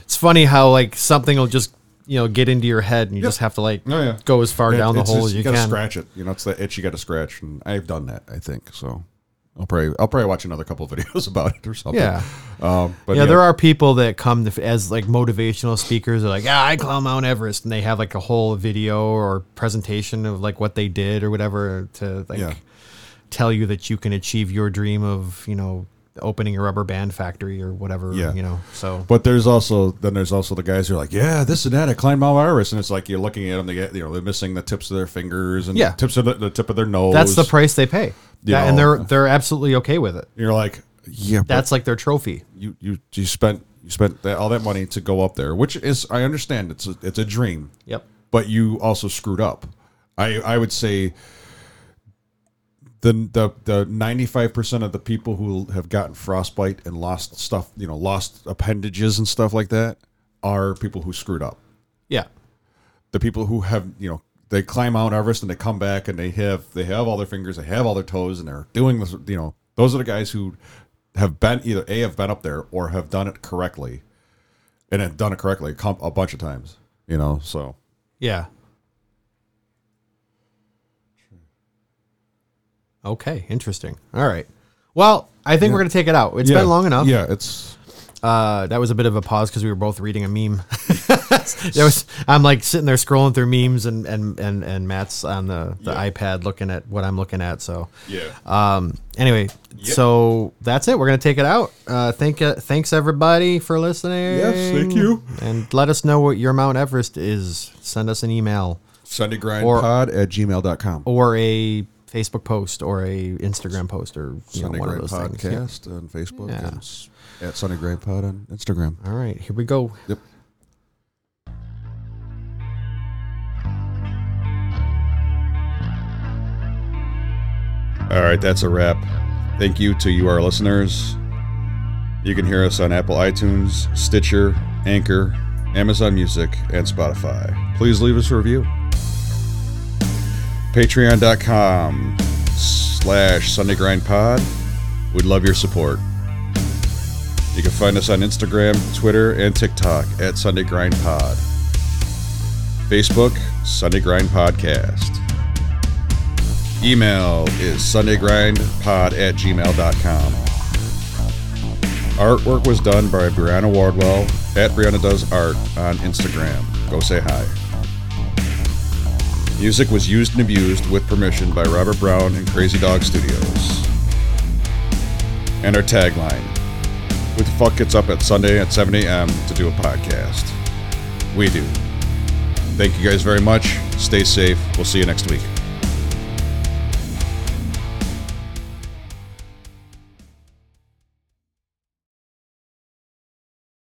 [SPEAKER 1] It's funny how like something will just you know get into your head and you just have to like
[SPEAKER 2] Oh, yeah.
[SPEAKER 1] go as far
[SPEAKER 2] It-
[SPEAKER 1] down the
[SPEAKER 2] it's
[SPEAKER 1] hole
[SPEAKER 2] just-
[SPEAKER 1] as you,
[SPEAKER 2] gotta
[SPEAKER 1] can.
[SPEAKER 2] Scratch it, you know. It's the itch you got to scratch, and I've done that. I think so. I'll probably I'll probably watch another couple of (laughs) videos about it or something.
[SPEAKER 1] Yeah.
[SPEAKER 2] um, but
[SPEAKER 1] yeah, there are people that come to- as like motivational speakers. They're like, "Yeah, I climbed Mount Everest," and they have like a whole video or presentation of like what they did or whatever to like
[SPEAKER 2] Yeah.
[SPEAKER 1] tell you that you can achieve your dream of you know opening a rubber band factory or whatever.
[SPEAKER 2] Yeah.
[SPEAKER 1] you know. So
[SPEAKER 2] But there's also then there's also the guys who are like, yeah, this and that. I climbed Mount Everest, and it's like you're looking at them. They get you know they're missing the tips of their fingers and
[SPEAKER 1] Yeah.
[SPEAKER 2] tips of the, the tip of their nose.
[SPEAKER 1] that's the price they pay.
[SPEAKER 2] You
[SPEAKER 1] Yeah, and
[SPEAKER 2] know.
[SPEAKER 1] they're they're absolutely okay with it.
[SPEAKER 2] You're like, yeah, but
[SPEAKER 1] That's like their trophy.
[SPEAKER 2] you you you spent you spent that, all that money to go up there, which is I understand it's a, it's a dream.
[SPEAKER 1] Yep.
[SPEAKER 2] but you also screwed up. I I would say the the the ninety five percent of the people who have gotten frostbite and lost stuff, you know, lost appendages and stuff like that, are people who screwed up.
[SPEAKER 1] Yeah.
[SPEAKER 2] The people who have you know they climb Mount Everest and they come back and they have they have all their fingers, they have all their toes, and they're doing this. You know, those are the guys who have been either a have been up there or have done it correctly, and have done it correctly a com- a bunch of times. You know, so.
[SPEAKER 1] Yeah. Okay, interesting. All right. Well, I think we're going to take it out. It's
[SPEAKER 2] yeah,
[SPEAKER 1] been long enough.
[SPEAKER 2] Yeah, it's (laughs)
[SPEAKER 1] Uh, that was a bit of a pause because we were both reading a meme. (laughs) That was- I'm like sitting there scrolling through memes, and and and, and Matt's on the, the
[SPEAKER 2] Yeah.
[SPEAKER 1] iPad looking at what I'm looking at. So
[SPEAKER 2] Yeah.
[SPEAKER 1] Um. Anyway,
[SPEAKER 2] Yep.
[SPEAKER 1] so that's it. We're gonna take it out. Uh. Thank. Uh, thanks everybody for listening.
[SPEAKER 2] Yes, thank you.
[SPEAKER 1] And let us know what your Mount Everest is. Send us an email
[SPEAKER 2] Sunday Grind
[SPEAKER 1] Or- Oh,
[SPEAKER 2] Pod at gmail.com.
[SPEAKER 1] or a Facebook post or a Instagram post or you know,
[SPEAKER 2] Sunday
[SPEAKER 1] one of
[SPEAKER 2] Grind
[SPEAKER 1] those
[SPEAKER 2] Podcast
[SPEAKER 1] things. Yeah.
[SPEAKER 2] on Facebook
[SPEAKER 1] Yeah.
[SPEAKER 2] and s- at Sunday Grind Pod on Instagram.
[SPEAKER 1] All right. Here we go.
[SPEAKER 2] Yep. All right, that's a wrap. Thank you to you, our listeners. You can hear us on Apple iTunes, Stitcher, Anchor, Amazon Music, and Spotify. Please leave us a review. Patreon.com slash Sunday Grind Pod. We'd love your support. You can find us on Instagram, Twitter, and TikTok at Sunday Grind Pod. Facebook, Sunday Grind Podcast. Email is sundaygrindpod at gmail.com. Artwork was done by Brianna Wardwell at Brianna Does Art on Instagram. Go say hi. Music was used and abused with permission by Robert Brown and Crazy Dog Studios. And our tagline who the fuck gets up at Sunday at 7 a.m. to do a podcast? We do. Thank you guys very much. Stay safe. We'll see you next week.